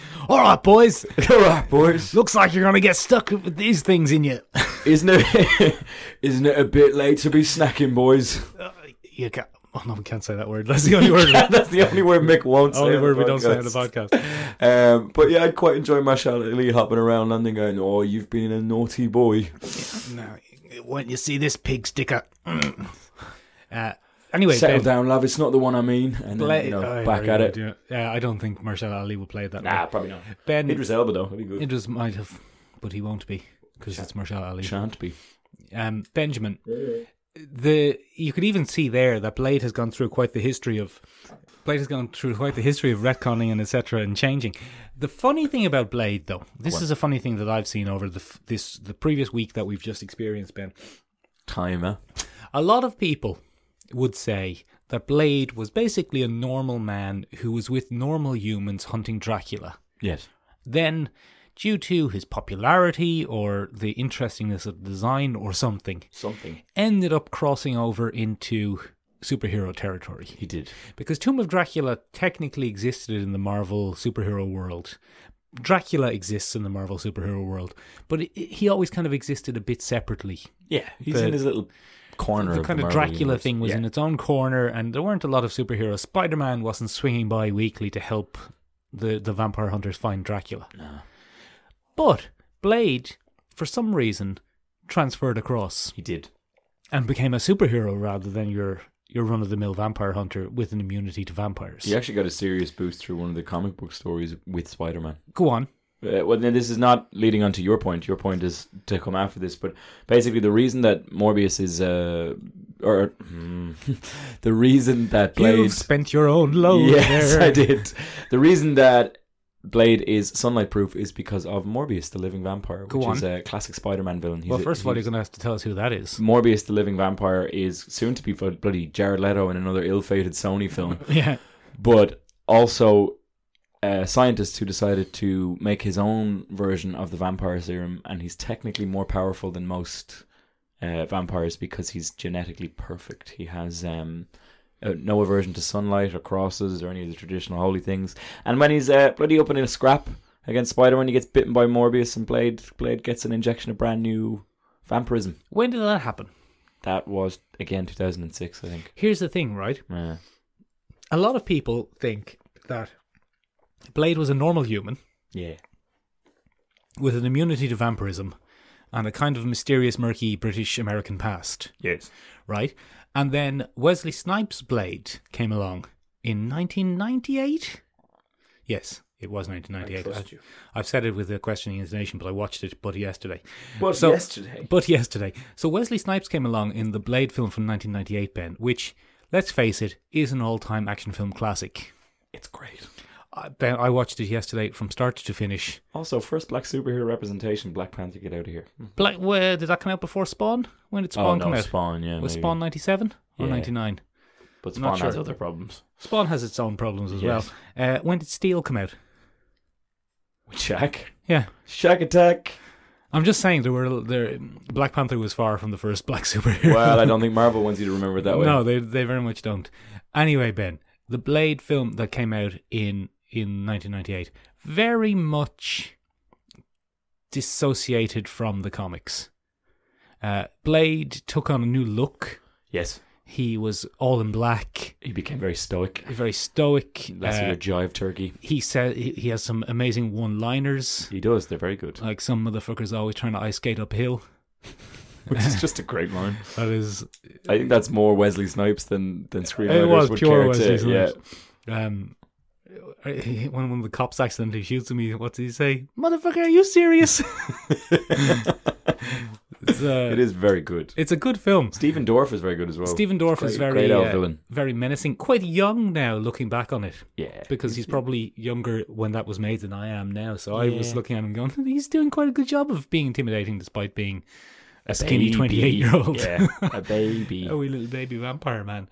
Speaker 2: All right, boys.
Speaker 3: All right, boys.
Speaker 2: Looks like you're gonna get stuck with these things in you.
Speaker 3: Isn't it? Isn't it a bit late to be snacking, boys?
Speaker 2: You can't. Oh no, we can't say that word. That's the only word. we-
Speaker 3: That's the only word Mick won't say.
Speaker 2: Only
Speaker 3: on the
Speaker 2: word we don't say on the
Speaker 3: podcast.
Speaker 2: podcast.
Speaker 3: Um, but yeah, I'd quite enjoy Marshall Ali hopping around London going, "Oh, you've been a naughty boy."
Speaker 2: No, when you see this pig sticker. Mm. Uh, anyway,
Speaker 3: Settle
Speaker 2: Ben-
Speaker 3: down, love. It's not the one I mean. And then,
Speaker 2: Blade-
Speaker 3: you know,
Speaker 2: Oh,
Speaker 3: back
Speaker 2: very
Speaker 3: at
Speaker 2: good,
Speaker 3: it.
Speaker 2: Yeah. Uh, I don't think Marcel Ali will play it that
Speaker 3: Nah,
Speaker 2: way.
Speaker 3: probably not.
Speaker 2: Ben
Speaker 3: Idris Elba though, that'd be good.
Speaker 2: Idris might have, but he won't be because it's Marcel Ali.
Speaker 3: Shan't be.
Speaker 2: Um, Benjamin, the you could even see there that Blade has gone through quite the history of Blade has gone through quite the history of retconning and etc. and changing. The funny thing about Blade, though, this is a funny thing that I've seen over the f- this the previous week that we've just experienced, Ben.
Speaker 3: Timer.
Speaker 2: A lot of people would say that Blade was basically a normal man who was with normal humans hunting Dracula.
Speaker 3: Yes.
Speaker 2: Then due to his popularity or the interestingness of design or something,
Speaker 3: Something.
Speaker 2: ended up crossing over into superhero territory.
Speaker 3: He did.
Speaker 2: Because Tomb of Dracula technically existed in the Marvel superhero world. Dracula exists in the Marvel superhero world, but it, it- he always kind of existed a bit separately.
Speaker 3: Yeah, he's
Speaker 2: The-
Speaker 3: in his little corner.
Speaker 2: the
Speaker 3: of
Speaker 2: kind
Speaker 3: the
Speaker 2: of
Speaker 3: Marvel
Speaker 2: Dracula
Speaker 3: universe.
Speaker 2: thing was
Speaker 3: Yeah.
Speaker 2: in its own corner, and there weren't a lot of superheroes. Spider Man wasn't swinging by weekly to help the, the vampire hunters find Dracula.
Speaker 3: No.
Speaker 2: But Blade, for some reason, transferred across
Speaker 3: He did.
Speaker 2: and became a superhero rather than your, your run of the mill vampire hunter with an immunity to vampires.
Speaker 3: He actually got a serious boost through one of the comic book stories with Spider Man.
Speaker 2: Go on.
Speaker 3: Uh, well, then this is not leading on to your point. Your point is to come after this, but basically the reason that Morbius is, uh, or hmm, the reason that Blade.
Speaker 2: You've spent your own load
Speaker 3: yes,
Speaker 2: there.
Speaker 3: I did. The reason that Blade is sunlight proof is because of Morbius, the living vampire,
Speaker 2: Go
Speaker 3: which is
Speaker 2: on.
Speaker 3: a classic Spider Man villain. He's
Speaker 2: Well,
Speaker 3: a-
Speaker 2: first of all,
Speaker 3: he's-
Speaker 2: you're going to have to tell us who that is.
Speaker 3: Morbius, the living vampire, is soon to be blo- bloody Jared Leto in another ill-fated Sony film,
Speaker 2: Yeah.
Speaker 3: but also a scientist who decided to make his own version of the vampire serum, and he's technically more powerful than most uh, vampires because he's genetically perfect. He has um, uh, no aversion to sunlight or crosses or any of the traditional holy things, and when he's uh, bloody up in a scrap against Spider-Man, he gets bitten by Morbius, and Blade Blade gets an injection of brand new vampirism.
Speaker 2: When did that happen?
Speaker 3: That was again 2006, I think. Uh,
Speaker 2: Here's the thing, right?
Speaker 3: Yeah.
Speaker 2: A lot of people think that Blade was a normal human
Speaker 3: Yeah.
Speaker 2: with an immunity to vampirism and a kind of mysterious, murky British American past,
Speaker 3: Yes.
Speaker 2: right? And then Wesley Snipes' Blade came along in 1998? Yes, it was 1998.
Speaker 3: trust you.
Speaker 2: I've said it with a questioning intonation, but I watched it but yesterday.
Speaker 3: But
Speaker 2: So-
Speaker 3: yesterday.
Speaker 2: But yesterday. So Wesley Snipes came along in the Blade film from 1998, Ben, which, let's face it, is an all time action film classic.
Speaker 3: It's great.
Speaker 2: I, Ben, I watched it yesterday from start to finish.
Speaker 3: Also, first black superhero representation, Black Panther, get out of here.
Speaker 2: Mm-hmm. Black, where, did that come out before Spawn? When did Spawn
Speaker 3: oh,
Speaker 2: come
Speaker 3: no,
Speaker 2: out?
Speaker 3: Spawn, yeah.
Speaker 2: Was
Speaker 3: maybe.
Speaker 2: Spawn 97 or
Speaker 3: Yeah.
Speaker 2: 99?
Speaker 3: But
Speaker 2: not
Speaker 3: Spawn has
Speaker 2: sure.
Speaker 3: other problems.
Speaker 2: Spawn has its own problems as
Speaker 3: Yes.
Speaker 2: well. Uh, when did Steel come out?
Speaker 3: With Shaq.
Speaker 2: Yeah.
Speaker 3: Shaq attack.
Speaker 2: I'm just saying there were there Black Panther was far from the first black superhero.
Speaker 3: Well, I don't think Marvel wants you to remember it that way.
Speaker 2: No, they they very much don't. Anyway, Ben, the Blade film that came out in in 1998 very much dissociated from the comics. Uh, Blade took on a new look.
Speaker 3: Yes.
Speaker 2: He was all in black,
Speaker 3: He became very stoic.
Speaker 2: very stoic.
Speaker 3: Less
Speaker 2: Uh,
Speaker 3: of a jive turkey.
Speaker 2: he said he he has some amazing one-liners.
Speaker 3: He does. They're very good.
Speaker 2: Like some motherfuckers always trying to ice skate uphill.
Speaker 3: Which is just a great line.
Speaker 2: That is
Speaker 3: I think that's more Wesley Snipes than than screenwriters
Speaker 2: It was
Speaker 3: would
Speaker 2: pure
Speaker 3: care
Speaker 2: Wesley
Speaker 3: to.
Speaker 2: Snipes. Um, when one of the cops accidentally shoots at me, what does he say? Motherfucker, are you serious? it's, uh,
Speaker 3: Yeah. It is very good.
Speaker 2: It's a good film.
Speaker 3: Stephen Dorff is very good as well.
Speaker 2: Stephen Dorff is
Speaker 3: great-
Speaker 2: very,
Speaker 3: great old
Speaker 2: uh,
Speaker 3: villain.
Speaker 2: very menacing. Quite young now, looking back on it,
Speaker 3: Yeah.
Speaker 2: because he's probably younger when that was made than I am now. So I was
Speaker 3: Yeah.
Speaker 2: looking at him going, he's doing quite a good job of being intimidating, despite being a skinny twenty-eight-year-old,
Speaker 3: Yeah, a baby.
Speaker 2: a wee little baby vampire man.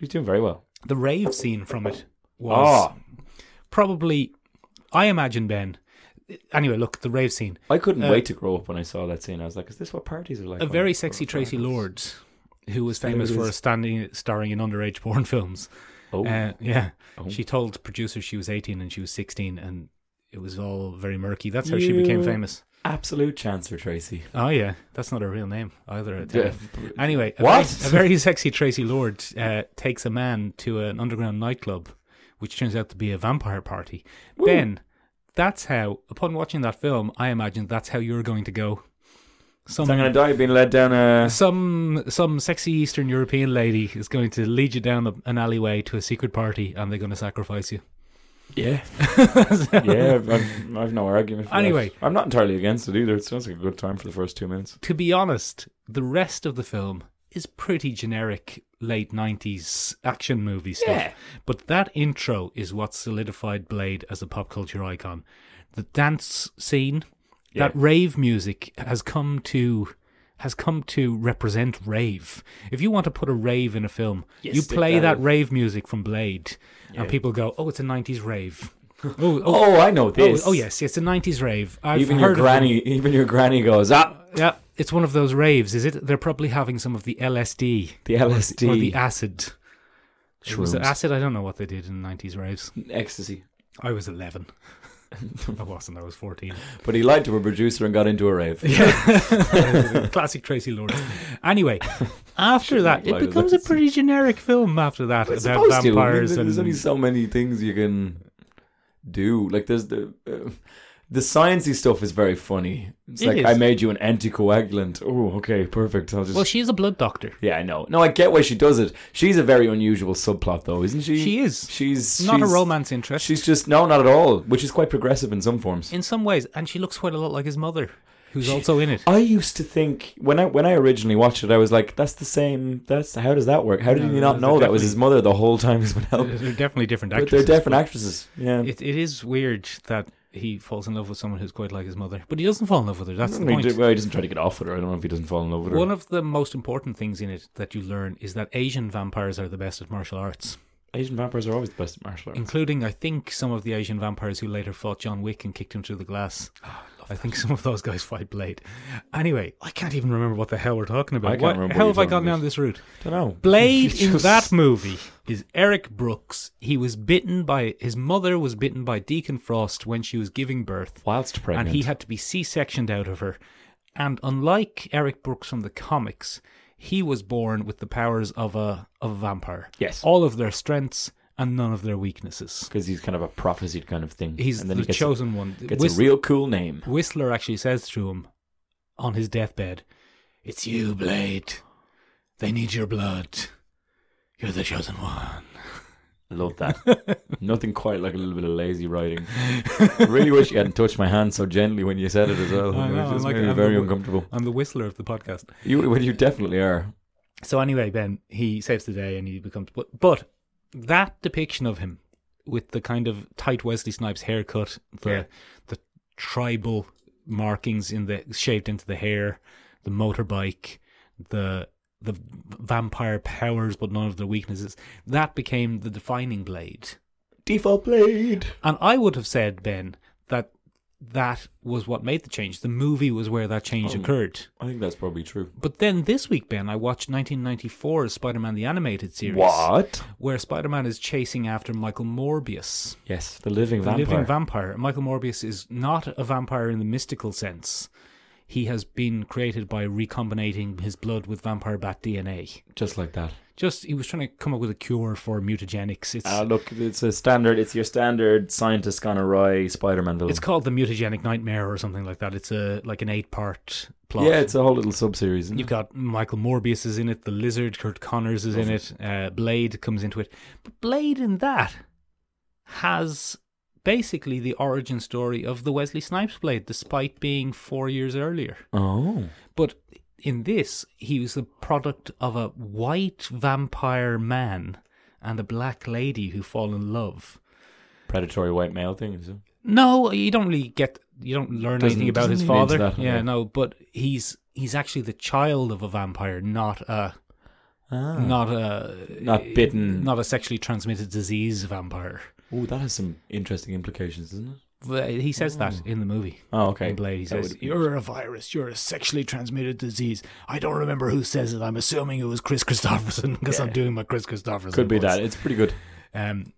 Speaker 3: He's doing very well.
Speaker 2: The rave scene from it
Speaker 3: Ah,
Speaker 2: was probably I imagine Ben. Anyway, look the rave scene.
Speaker 3: I couldn't
Speaker 2: Uh,
Speaker 3: wait to grow up when I saw that scene. I was like, "Is this what parties are like?"
Speaker 2: A
Speaker 3: when-
Speaker 2: very sexy
Speaker 3: for
Speaker 2: Tracy
Speaker 3: adults?
Speaker 2: Lord, who was famous
Speaker 3: There it
Speaker 2: for
Speaker 3: is.
Speaker 2: standing starring in underage porn films.
Speaker 3: Oh,
Speaker 2: Uh, yeah,
Speaker 3: Oh.
Speaker 2: she told producers she was eighteen and she was sixteen, and it was all very murky. That's how she became
Speaker 3: You-
Speaker 2: famous.
Speaker 3: absolute chancer, Tracy.
Speaker 2: Oh yeah, that's not her real name either. I tell
Speaker 3: Yeah.
Speaker 2: you. Anyway, a
Speaker 3: What?
Speaker 2: Very, a very sexy Tracy Lord uh, takes a man to an underground nightclub, which turns out to be a vampire party. Ben, that's how. Upon watching that film, I imagine that's how you're going to go. Some
Speaker 3: I'm gonna die being led down a.
Speaker 2: some some sexy Eastern European lady is going to lead you down a- an alleyway to a secret party, and they're going to sacrifice you.
Speaker 3: Yeah, yeah. I've, I've, I've no argument. For
Speaker 2: Anyway.
Speaker 3: that. I'm not entirely against it either. It sounds like a good time for the first two minutes.
Speaker 2: to be honest, the rest of the film is pretty generic late 90s action movie stuff.
Speaker 3: Yeah.
Speaker 2: But that intro is what solidified Blade as a pop culture icon. The dance scene, that rave music has come to has come to represent rave. If you want to put a rave in a film,
Speaker 3: Yes,
Speaker 2: you
Speaker 3: stick
Speaker 2: play
Speaker 3: that
Speaker 2: that
Speaker 3: in.
Speaker 2: rave music from Blade
Speaker 3: Yeah.
Speaker 2: and people go, "Oh, it's a 90s rave." Oh, oh,
Speaker 3: Oh, I know
Speaker 2: oh,
Speaker 3: this.
Speaker 2: oh, yes, it's a '90s rave. I've
Speaker 3: Even
Speaker 2: heard
Speaker 3: your
Speaker 2: of them.
Speaker 3: granny, even your granny goes ah.
Speaker 2: Yeah, it's one of those raves, is it? They're probably having some of the LSD
Speaker 3: The LSD,
Speaker 2: or the acid. Was it
Speaker 3: Shrooms.
Speaker 2: acid? I don't know what they did in the '90s raves.
Speaker 3: ecstasy.
Speaker 2: I was 11. I wasn't. I was 14.
Speaker 3: But he lied to a producer and got into a rave.
Speaker 2: Classic Tracy Lawrence. Anyway, after that, it
Speaker 3: like
Speaker 2: becomes a
Speaker 3: this.
Speaker 2: pretty generic film. After that,
Speaker 3: It's
Speaker 2: about
Speaker 3: supposed to. I mean,
Speaker 2: vampires
Speaker 3: there's only
Speaker 2: and
Speaker 3: so many things you can do. Like there's the uh, the sciencey stuff is very funny. It's
Speaker 2: It
Speaker 3: like
Speaker 2: is.
Speaker 3: I made you an anticoagulant. Oh, okay, perfect. I'll just.
Speaker 2: well, she's a blood doctor.
Speaker 3: yeah, I know. No, I get why she does it. She's a very unusual subplot, though, isn't she?
Speaker 2: She is.
Speaker 3: She's
Speaker 2: Not a
Speaker 3: she's-
Speaker 2: romance interest
Speaker 3: She's just no, not at all. Which is quite progressive in some forms.
Speaker 2: in some ways, and she looks quite a lot like his mother, who's also in it.
Speaker 3: I used to think when I when I originally watched it, I was like, "That's the same. That's how does that work? How did
Speaker 2: No,
Speaker 3: he not
Speaker 2: they're
Speaker 3: know that was
Speaker 2: definitely-
Speaker 3: his mother the whole time he's been helping?"
Speaker 2: They're definitely different
Speaker 3: But
Speaker 2: actors.
Speaker 3: they're different actresses. Yeah,
Speaker 2: It, it is weird that he falls in love with someone who's quite like his mother, but he doesn't fall in love with her. That's
Speaker 3: I
Speaker 2: the
Speaker 3: mean,
Speaker 2: point.
Speaker 3: he d- well, he doesn't try to get off with her. I don't know if he doesn't fall in love with her.
Speaker 2: One of the most important things in it that you learn is that Asian vampires are the best at martial arts,
Speaker 3: Asian vampires are always the best at martial arts.
Speaker 2: including, I think, some of the Asian vampires who later fought John Wick and kicked him through the glass.
Speaker 3: Ah,
Speaker 2: I think some of those guys fight Blade. Anyway, I can't even remember what the hell we're talking about.
Speaker 3: I can't
Speaker 2: Why-
Speaker 3: remember what
Speaker 2: how
Speaker 3: you're
Speaker 2: have I
Speaker 3: talking
Speaker 2: gone
Speaker 3: about.
Speaker 2: down this route?
Speaker 3: don't know.
Speaker 2: Blade in
Speaker 3: Just-
Speaker 2: that movie is Eric Brooks. He was bitten by his mother was bitten by Deacon Frost when she was giving birth.
Speaker 3: Whilst pregnant,
Speaker 2: And he had to be C sectioned out of her. And unlike Eric Brooks from the comics, he was born with the powers of a, of a vampire.
Speaker 3: Yes.
Speaker 2: All of their strengths and none of their weaknesses.
Speaker 3: because he's kind of a prophesied kind of thing.
Speaker 2: He's
Speaker 3: and then
Speaker 2: the
Speaker 3: he gets, a,
Speaker 2: chosen one.
Speaker 3: gets
Speaker 2: Whist-
Speaker 3: a real cool name.
Speaker 2: Whistler actually says to him on his deathbed, It's you, Blade. They need your blood. You're the chosen one.
Speaker 3: I love that. Nothing quite like a little bit of lazy writing. I really wish you hadn't touched my hand so gently when you said it as well.
Speaker 2: I
Speaker 3: It
Speaker 2: know, I'm
Speaker 3: just
Speaker 2: like-
Speaker 3: made me
Speaker 2: I'm
Speaker 3: very
Speaker 2: the-
Speaker 3: uncomfortable.
Speaker 2: I'm the whistler of the podcast.
Speaker 3: You, well, you definitely are.
Speaker 2: So anyway, Ben, he saves the day and he becomes. But, but that depiction of him with the kind of tight Wesley Snipes haircut, the
Speaker 3: Yeah.
Speaker 2: the tribal markings in the shaved into the hair, the motorbike, the the vampire powers but none of their weaknesses. That became the defining blade.
Speaker 3: Default blade.
Speaker 2: And I would have said, Ben, that that was what made the change. The movie was where that change
Speaker 3: Um,
Speaker 2: occurred.
Speaker 3: I think that's probably true.
Speaker 2: But then this week, Ben, I watched 1994's Spider-Man the animated series
Speaker 3: What?
Speaker 2: where Spider-Man is chasing after Michael Morbius,
Speaker 3: Yes, the living
Speaker 2: the
Speaker 3: vampire.
Speaker 2: living vampire. Michael Morbius is not a vampire in the mystical sense. He has been created by recombining his blood with vampire bat DNA.
Speaker 3: Just like that.
Speaker 2: Just he was trying to come up with a cure for mutagenics. It's
Speaker 3: Ah, look, it's a standard. It's your standard scientist gone awry Spider-Man villain.
Speaker 2: it's called the mutagenic nightmare or something like that. It's a like an eight-part plot.
Speaker 3: yeah, it's a whole little sub-series. Isn't
Speaker 2: You've got Michael Morbius is in it, the Lizard, Kurt Connors is in it, uh, Blade comes into it. But Blade in that has basically the origin story of the Wesley Snipes Blade, despite being four years earlier.
Speaker 3: it? Oh,
Speaker 2: But in this, he was the product of a white vampire man and a black lady who fall in love.
Speaker 3: predatory white male thing. Is it?
Speaker 2: No, you don't really get you don't learn
Speaker 3: Doesn't-
Speaker 2: anything about
Speaker 3: doesn't
Speaker 2: his
Speaker 3: lean into
Speaker 2: father.
Speaker 3: that,
Speaker 2: yeah,
Speaker 3: yeah.
Speaker 2: no, but he's he's actually the child of a vampire, not a
Speaker 3: Ah. Eh,
Speaker 2: not a
Speaker 3: Not bitten.
Speaker 2: not a sexually transmitted disease vampire.
Speaker 3: Oh, that has some interesting implications, doesn't it?
Speaker 2: But He says that in the movie.
Speaker 3: Oh, okay.
Speaker 2: In Blade, he
Speaker 3: That
Speaker 2: says,
Speaker 3: would-
Speaker 2: "You're a virus. You're a sexually transmitted disease." I don't remember who says it. I'm assuming it was Chris Christopherson because I'm doing my Chris Christopherson.
Speaker 3: could be
Speaker 2: voice.
Speaker 3: that. It's pretty good.
Speaker 2: Um,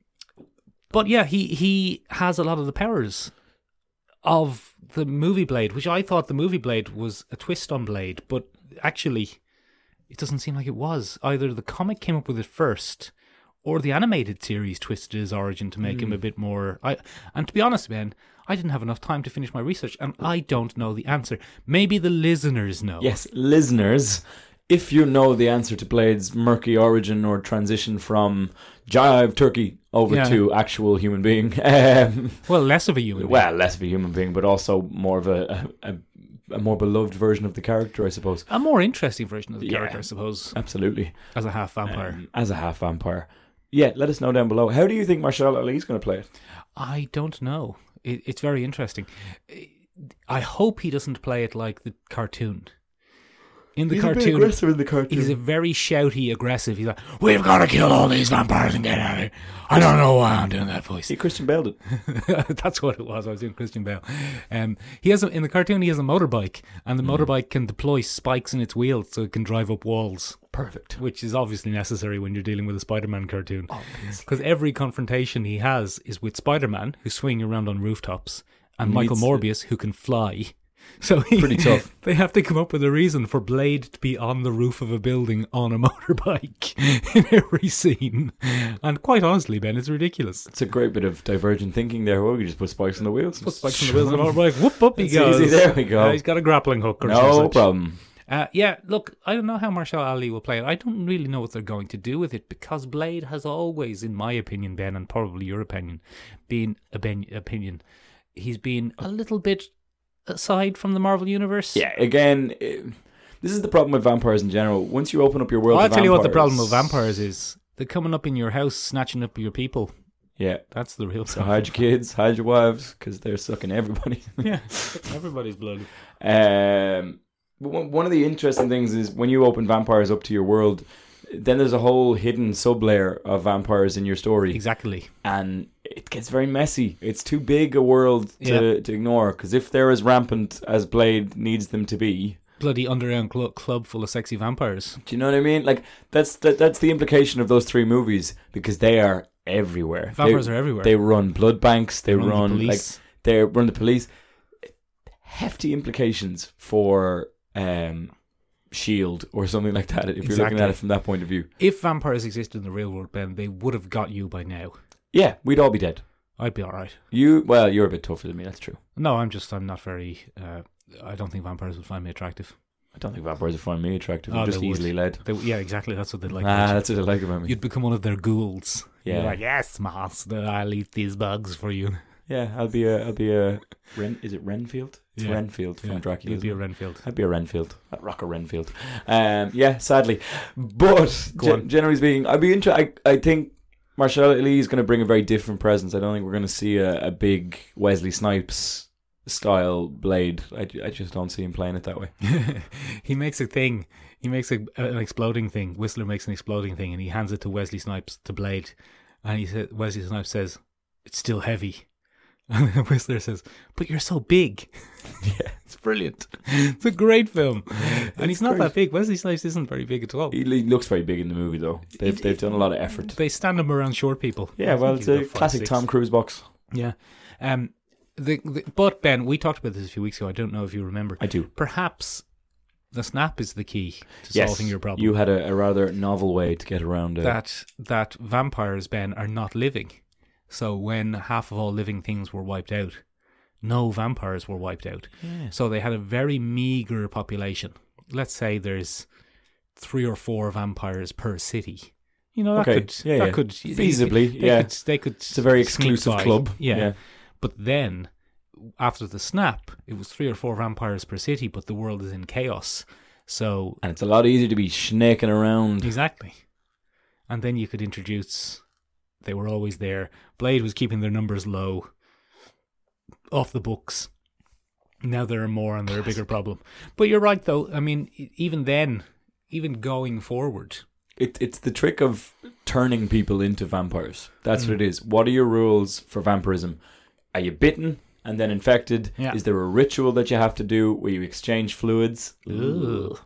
Speaker 2: but yeah, he he has a lot of the powers of the movie Blade, which I thought the movie Blade was a twist on Blade, but actually, it doesn't seem like it was. Either the comic came up with it first, or the animated series twisted his origin to make him
Speaker 3: Hmm.
Speaker 2: a bit more. I and to be honest, Ben, I didn't have enough time to finish my research, and I don't know the answer. Maybe the listeners know.
Speaker 3: Yes, listeners, if you know the answer to Blade's murky origin or transition from jive turkey over
Speaker 2: Yeah.
Speaker 3: to actual human being, um,
Speaker 2: Well, less of a human. being.
Speaker 3: well, less of a human being, but also more of a, a, a- a more beloved version of the character, I suppose.
Speaker 2: a more interesting version of the
Speaker 3: Yeah.
Speaker 2: character, I suppose,
Speaker 3: Absolutely.
Speaker 2: as a half vampire.
Speaker 3: Um, as a half vampire. Yeah, let us know down below. How do you think Marshall Ali's going to play it?
Speaker 2: I don't know. It, it's very interesting. I hope he doesn't play it like the cartoon. in the
Speaker 3: he's a bit
Speaker 2: cartoon.
Speaker 3: aggressive in the cartoon.
Speaker 2: He's a very shouty, aggressive. He's like,
Speaker 5: We've got to kill all these vampires and get out of here. I don't know why I'm doing that voice.
Speaker 3: See, Christian Bale did.
Speaker 2: That's what it was. I was doing Christian Bale. Um, he has a, in the cartoon. He has a motorbike, and the
Speaker 3: Mm.
Speaker 2: motorbike can deploy spikes in its wheels, so it can drive up walls,
Speaker 3: Perfect.
Speaker 2: which is obviously necessary when you're dealing with a Spider-Man cartoon. Because every confrontation he has is with Spider-Man, who's swinging around on rooftops, and Michael Morbius, who can fly. So he,
Speaker 3: Pretty tough.
Speaker 2: They have to come up with a reason for Blade to be on the roof of a building on a motorbike in every scene. And quite honestly, Ben, it's ridiculous.
Speaker 3: It's a great bit of divergent thinking there. Well, we could just put spikes on the wheels.
Speaker 2: Put spikes on the wheels of the motorbike. Whoop up he
Speaker 3: It's
Speaker 2: goes.
Speaker 3: easy, there we go.
Speaker 2: Uh, he's got a grappling hook or something.
Speaker 3: No problem.
Speaker 2: Uh, yeah, look, I don't know how Marshall Ali will play it. I don't really know what they're going to do with it because Blade has always, in my opinion, Ben, and probably your opinion, been a ben- opinion. He's been a little bit aside from the Marvel universe.
Speaker 3: Yeah, again, it, this is the problem with vampires in general. Once you open up your world,
Speaker 2: Well, I'll
Speaker 3: to
Speaker 2: tell you what the
Speaker 3: vampires-
Speaker 2: problem with vampires is. They're coming up in your house, snatching up your people.
Speaker 3: Yeah,
Speaker 2: That's the real
Speaker 3: so
Speaker 2: problem.
Speaker 3: hide your kids, hide your wives, because they're sucking everybody.
Speaker 2: yeah, everybody's bloody.
Speaker 3: Um, but one one of the interesting things is when you open vampires up to your world, then there's a whole hidden sub layer of vampires in your story,
Speaker 2: Exactly.
Speaker 3: and it gets very messy. It's too big a world to,
Speaker 2: Yeah.
Speaker 3: to ignore because if they're as rampant as Blade needs them to be,
Speaker 2: Bloody underground cl- club full of sexy vampires.
Speaker 3: do you know what I mean? Like that's that, that's the implication of those three movies because they are everywhere.
Speaker 2: Vampires
Speaker 3: they,
Speaker 2: are everywhere.
Speaker 3: They run blood banks. They run,
Speaker 2: the
Speaker 3: like
Speaker 2: police.
Speaker 3: they run the police. Hefty implications for um, Shield or something like that. If you're looking
Speaker 2: Exactly.
Speaker 3: at it from that point of view,
Speaker 2: If vampires existed in the real world, Ben, they would have got you by now.
Speaker 3: yeah, we'd all be dead.
Speaker 2: I'd be all right.
Speaker 3: You well, you're a bit tougher than me. That's true.
Speaker 2: No, I'm just, I'm not very, uh, I don't think vampires would find me attractive.
Speaker 3: I don't think vampires would find me attractive.
Speaker 2: Oh,
Speaker 3: I'm just
Speaker 2: they would.
Speaker 3: easily led.
Speaker 2: They, yeah, exactly. That's what they'd like.
Speaker 3: ah, that's what I like about me.
Speaker 2: You'd become one of their ghouls.
Speaker 3: Yeah.
Speaker 2: You're like, yes, master, I'll eat these bugs for you.
Speaker 3: yeah, I'll be a, I'll be a. Ren, is it Renfield? It's
Speaker 2: Yeah.
Speaker 3: Renfield from
Speaker 2: Yeah,
Speaker 3: Dracula.
Speaker 2: You'd
Speaker 3: isn't
Speaker 2: be
Speaker 3: it?
Speaker 2: a Renfield.
Speaker 3: I'd be a Renfield. I'd rock a Renfield. Um, yeah, sadly, but
Speaker 2: Go
Speaker 3: gen-
Speaker 2: on.
Speaker 3: generally speaking, I'd be inter- I, I think Marshall Lee is going to bring a very different presence. I don't think we're going to see a, a big Wesley Snipes style blade. I, ju- I just don't see him playing it that way.
Speaker 2: he makes a thing. He makes a, an exploding thing. Whistler makes an exploding thing, and he hands it to Wesley Snipes to Blade, and he said, Wesley Snipes says, "It's still heavy." And then Whistler says, "But you're so big." yeah, it's brilliant. It's a great film, and he's not that big. Wesley Snipes isn't very big at all.
Speaker 3: He, he looks very big in the movie though. They've
Speaker 2: It-
Speaker 3: they've done a lot of effort.
Speaker 2: They stand him around short people.
Speaker 3: Yeah,
Speaker 2: I think
Speaker 3: well,
Speaker 2: he's
Speaker 3: it's a
Speaker 2: about five,
Speaker 3: classic
Speaker 2: six.
Speaker 3: Tom Cruise box.
Speaker 2: Yeah, um, the, the but Ben, we talked about this a few weeks ago. I don't know if you remember.
Speaker 3: I do.
Speaker 2: Perhaps the snap is the key to solving your problem.
Speaker 3: You had a, a rather novel way to get around uh,
Speaker 2: that that vampires Ben are not living. So when half of all living things were wiped out, no vampires were wiped out. So they had a very meager population. Let's say there's three or four vampires per city. You know that
Speaker 3: Okay.
Speaker 2: could
Speaker 3: Yeah,
Speaker 2: that
Speaker 3: yeah.
Speaker 2: could
Speaker 3: Feasibly,
Speaker 2: They
Speaker 3: yeah.
Speaker 2: could, they could.
Speaker 3: It's a very
Speaker 2: sneak
Speaker 3: exclusive
Speaker 2: by.
Speaker 3: club.
Speaker 2: Yeah.
Speaker 3: Yeah.
Speaker 2: But then after the snap, it was three or four vampires per city, but the world is in chaos. So
Speaker 3: and it's a lot easier to be snaking around.
Speaker 2: Exactly. And then you could introduce they were always there. Blade was keeping their numbers low off the books. Now there are more and they're a bigger problem. But you're right though. I mean, e- even then, even going forward,
Speaker 3: it, it's the trick of turning people into vampires. That's what it is. What are your rules for vampirism? Are you bitten and then infected?
Speaker 2: Yeah.
Speaker 3: Is there a ritual that you have to do where you exchange fluids?
Speaker 2: Ooh.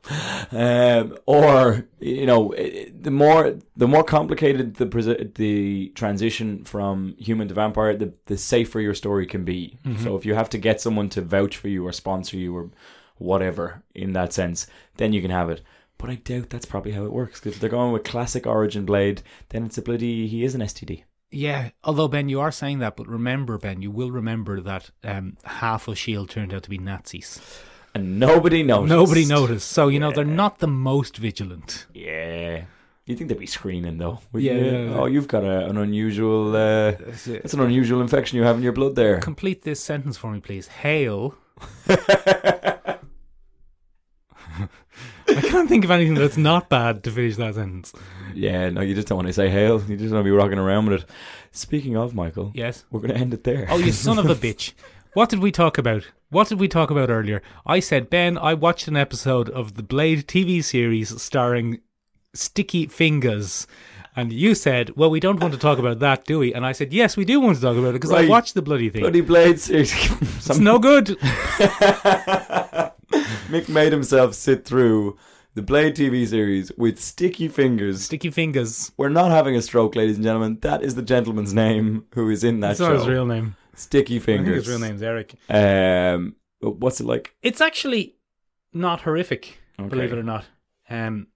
Speaker 3: Um, or you know, i- i- the more the more complicated the presi- the transition from human to vampire, the the safer your story can be.
Speaker 2: Mm-hmm.
Speaker 3: So if you have to get someone to vouch for you or sponsor you or whatever in that sense, then you can have it. But I doubt that's probably how it works. 'cause if they're going with classic Origin Blade, then it's a bloody he is an STD.
Speaker 2: yeah, although Ben, you are saying that, but remember, Ben, you will remember that um, half of S.H.I.E.L.D. turned out to be Nazis.
Speaker 3: And nobody knows.
Speaker 2: Nobody noticed. So, you know, they're not the most vigilant.
Speaker 3: Yeah. You think they'd be screening though? would
Speaker 2: Yeah,
Speaker 3: you?
Speaker 2: yeah, yeah.
Speaker 3: Oh, you've got a, an unusual. Uh, that's an unusual infection you have in your blood there.
Speaker 2: Complete this sentence for me, please. Hail. I can't think of anything that's not bad to finish that sentence.
Speaker 3: Yeah, no, you just don't want to say hail. You just want to be rocking around with it. Speaking of Michael,
Speaker 2: Yes.
Speaker 3: we're going to end it there.
Speaker 2: Oh, you son of a bitch. What did we talk about? What did we talk about earlier? I said, Ben, I watched an episode of the Blade TV series starring Sticky Fingers. And you said, well, we don't want to talk about that, do we? And I said, yes, we do want to talk about it because I
Speaker 3: Right.
Speaker 2: watched the bloody thing.
Speaker 3: Bloody Blade series.
Speaker 2: it's no good.
Speaker 3: Mick made himself sit through the Blade TV series with sticky fingers.
Speaker 2: Sticky Fingers.
Speaker 3: We're not having a stroke, ladies and gentlemen. That is the gentleman's name who is in that
Speaker 2: That's
Speaker 3: show.
Speaker 2: not his real name.
Speaker 3: Sticky
Speaker 2: I think
Speaker 3: fingers.
Speaker 2: his real name's Eric.
Speaker 3: Um, what's it like?
Speaker 2: It's actually not horrific, believe it
Speaker 3: Okay.
Speaker 2: or not. Um,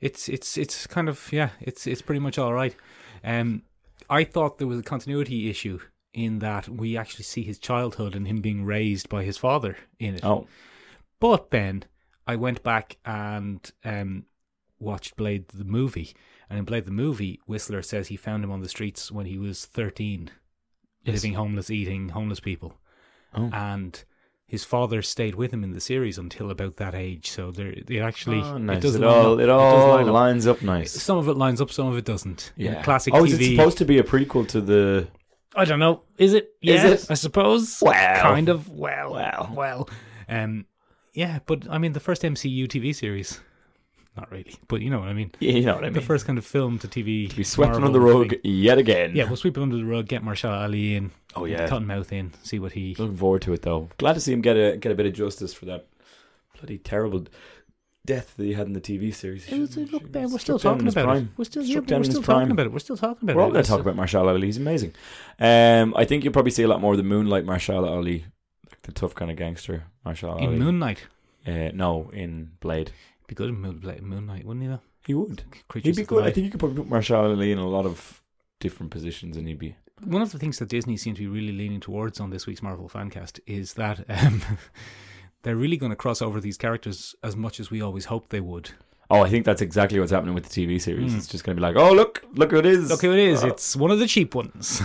Speaker 2: it's it's it's kind of yeah, it's it's pretty much all right. Um, I thought there was a continuity issue in that we actually see his childhood and him being raised by his father in it.
Speaker 3: Oh,
Speaker 2: But Ben, I went back and um, watched Blade the movie, and in Blade the movie, Whistler says he found him on the streets when he was thirteen, living homeless, eating homeless people,
Speaker 3: Oh.
Speaker 2: and his father stayed with him in the series until about that age. So there, it actually
Speaker 3: Oh, nice.
Speaker 2: it does
Speaker 3: It,
Speaker 2: line
Speaker 3: all
Speaker 2: up.
Speaker 3: it
Speaker 2: does
Speaker 3: all
Speaker 2: line up.
Speaker 3: lines up nice.
Speaker 2: Some of it lines up, some of it doesn't. In
Speaker 3: Yeah,
Speaker 2: classic
Speaker 3: Oh,
Speaker 2: TV.
Speaker 3: is it supposed to be a prequel to the?
Speaker 2: I don't know. Is it?
Speaker 3: Is
Speaker 2: Yeah,
Speaker 3: it?
Speaker 2: I suppose.
Speaker 3: Well.
Speaker 2: kind of. Well,
Speaker 3: Well.
Speaker 2: well, well. Um, yeah, but I mean, the first MCU TV series, not really, but you know what I mean.
Speaker 3: You know what I
Speaker 2: The
Speaker 3: mean.
Speaker 2: first kind of film to TV.
Speaker 3: We swept
Speaker 2: Marvel
Speaker 3: under the rug
Speaker 2: thing.
Speaker 3: yet again.
Speaker 2: Yeah, we'll sweep it under the rug. Get Marshall Ali in.
Speaker 3: Oh yeah.
Speaker 2: Cottonmouth in. See what he.
Speaker 3: Looking forward to it though. Glad to see him get a get a bit of justice for that bloody terrible death that he had in the TV series. He shouldn't-
Speaker 2: uh, Look,
Speaker 3: he
Speaker 2: Ben, we're
Speaker 3: was
Speaker 2: still
Speaker 3: struck
Speaker 2: talking
Speaker 3: down in his
Speaker 2: about it.
Speaker 3: prime.
Speaker 2: We're still, yeah,
Speaker 3: Struck
Speaker 2: but we're
Speaker 3: down in
Speaker 2: still
Speaker 3: his prime.
Speaker 2: talking about it. We're still talking about
Speaker 3: We're
Speaker 2: it.
Speaker 3: all going to
Speaker 2: It's
Speaker 3: talk
Speaker 2: a-
Speaker 3: about Marshall Ali. He's amazing. Um, I think you'll probably see a lot more of the Moonlight Marshall Ali, like the tough kind of gangster Marshall Ali.
Speaker 2: in Moon Knight.
Speaker 3: uh, no, in Blade.
Speaker 2: Be good in Moon Blade- Moon Knight, wouldn't he? Though?
Speaker 3: He would.
Speaker 2: Creatures
Speaker 3: he'd be
Speaker 2: of the
Speaker 3: good. I
Speaker 2: Night.
Speaker 3: think you could probably put Marshall Ali in a lot of different positions, and he'd be.
Speaker 2: One of the things that Disney seem to be really leaning towards on this week's Marvel Fancast is that um, they're really going to cross over these characters as much as we always hoped they would.
Speaker 3: Oh, I think that's exactly what's happening with the TV series. It's just going to be like, oh look, look who it is.
Speaker 2: Hmm. Look who it is. It's one of the cheap ones.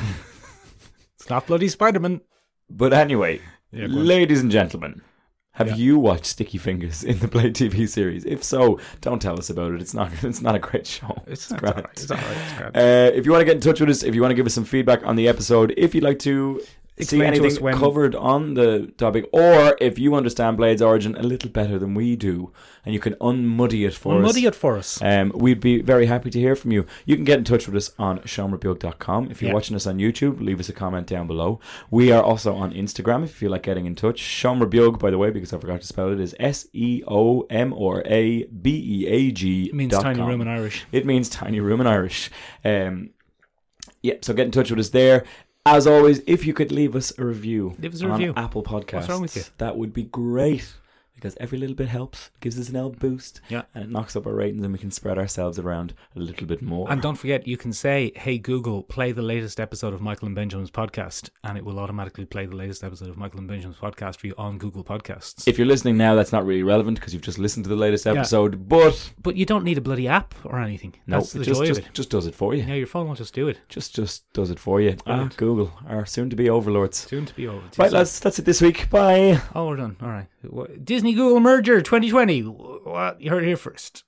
Speaker 2: it's not bloody Spider Man.
Speaker 3: But anyway,
Speaker 2: Yeah, go on.
Speaker 3: ladies and gentlemen, have
Speaker 2: Yeah.
Speaker 3: you watched Sticky Fingers in the Blade TV series? If so, don't tell us about it. It's not. It's not a great show.
Speaker 2: It's,
Speaker 3: not
Speaker 2: not
Speaker 3: grand.
Speaker 2: alright. It's all right. It's grand.
Speaker 3: Uh, if you want to get in touch with us, if you want to give us some feedback on the episode, if you'd like to
Speaker 2: Explain
Speaker 3: see
Speaker 2: to
Speaker 3: anything
Speaker 2: us when-
Speaker 3: covered on the topic, or if you understand Blade's origin a little better than we do, and you can unmuddy it for
Speaker 2: Well,
Speaker 3: us.
Speaker 2: muddy it for us.
Speaker 3: Um, we'd be very happy to hear from you. You can get in touch with us on seanrebuke.com. If you're
Speaker 2: Yeah.
Speaker 3: watching us on YouTube, leave us a comment down below. We are also on Instagram if you feel like getting in touch. Sean Rebuke, by the way, because I forgot to spell it, is S E O M or A B E A G.
Speaker 2: It means tiny room in Irish.
Speaker 3: It means tiny room in Irish. Um, yeah, so get in touch with us there. As always, if you could leave us a review,
Speaker 2: Leave us a
Speaker 3: on
Speaker 2: review.
Speaker 3: Apple Podcasts,
Speaker 2: wrong with you?
Speaker 3: that would be great because every little bit helps, gives us an L boost,
Speaker 2: Yeah.
Speaker 3: and it knocks up our ratings, and we can spread ourselves around a little bit more.
Speaker 2: And don't forget, you can say, "Hey Google, play the latest episode of Michael and Benjamin's podcast," and it will automatically play the latest episode of Michael and Benjamin's podcast for you on Google Podcasts.
Speaker 3: if you're listening now, that's not really relevant because you've just listened to the latest episode, but
Speaker 2: but you don't need a bloody app or anything.
Speaker 3: no,
Speaker 2: That's the
Speaker 3: it just,
Speaker 2: joy
Speaker 3: just,
Speaker 2: of it.
Speaker 3: just does it for you.
Speaker 2: Yeah, your phone will just do it.
Speaker 3: Just just does it for you. Ah, Google, our soon-to-be overlords.
Speaker 2: Soon to be over.
Speaker 3: Right, lads, that's it this week. Bye.
Speaker 2: Oh, we're done. All right. What- Disney Google merger 2020. What you heard it here first.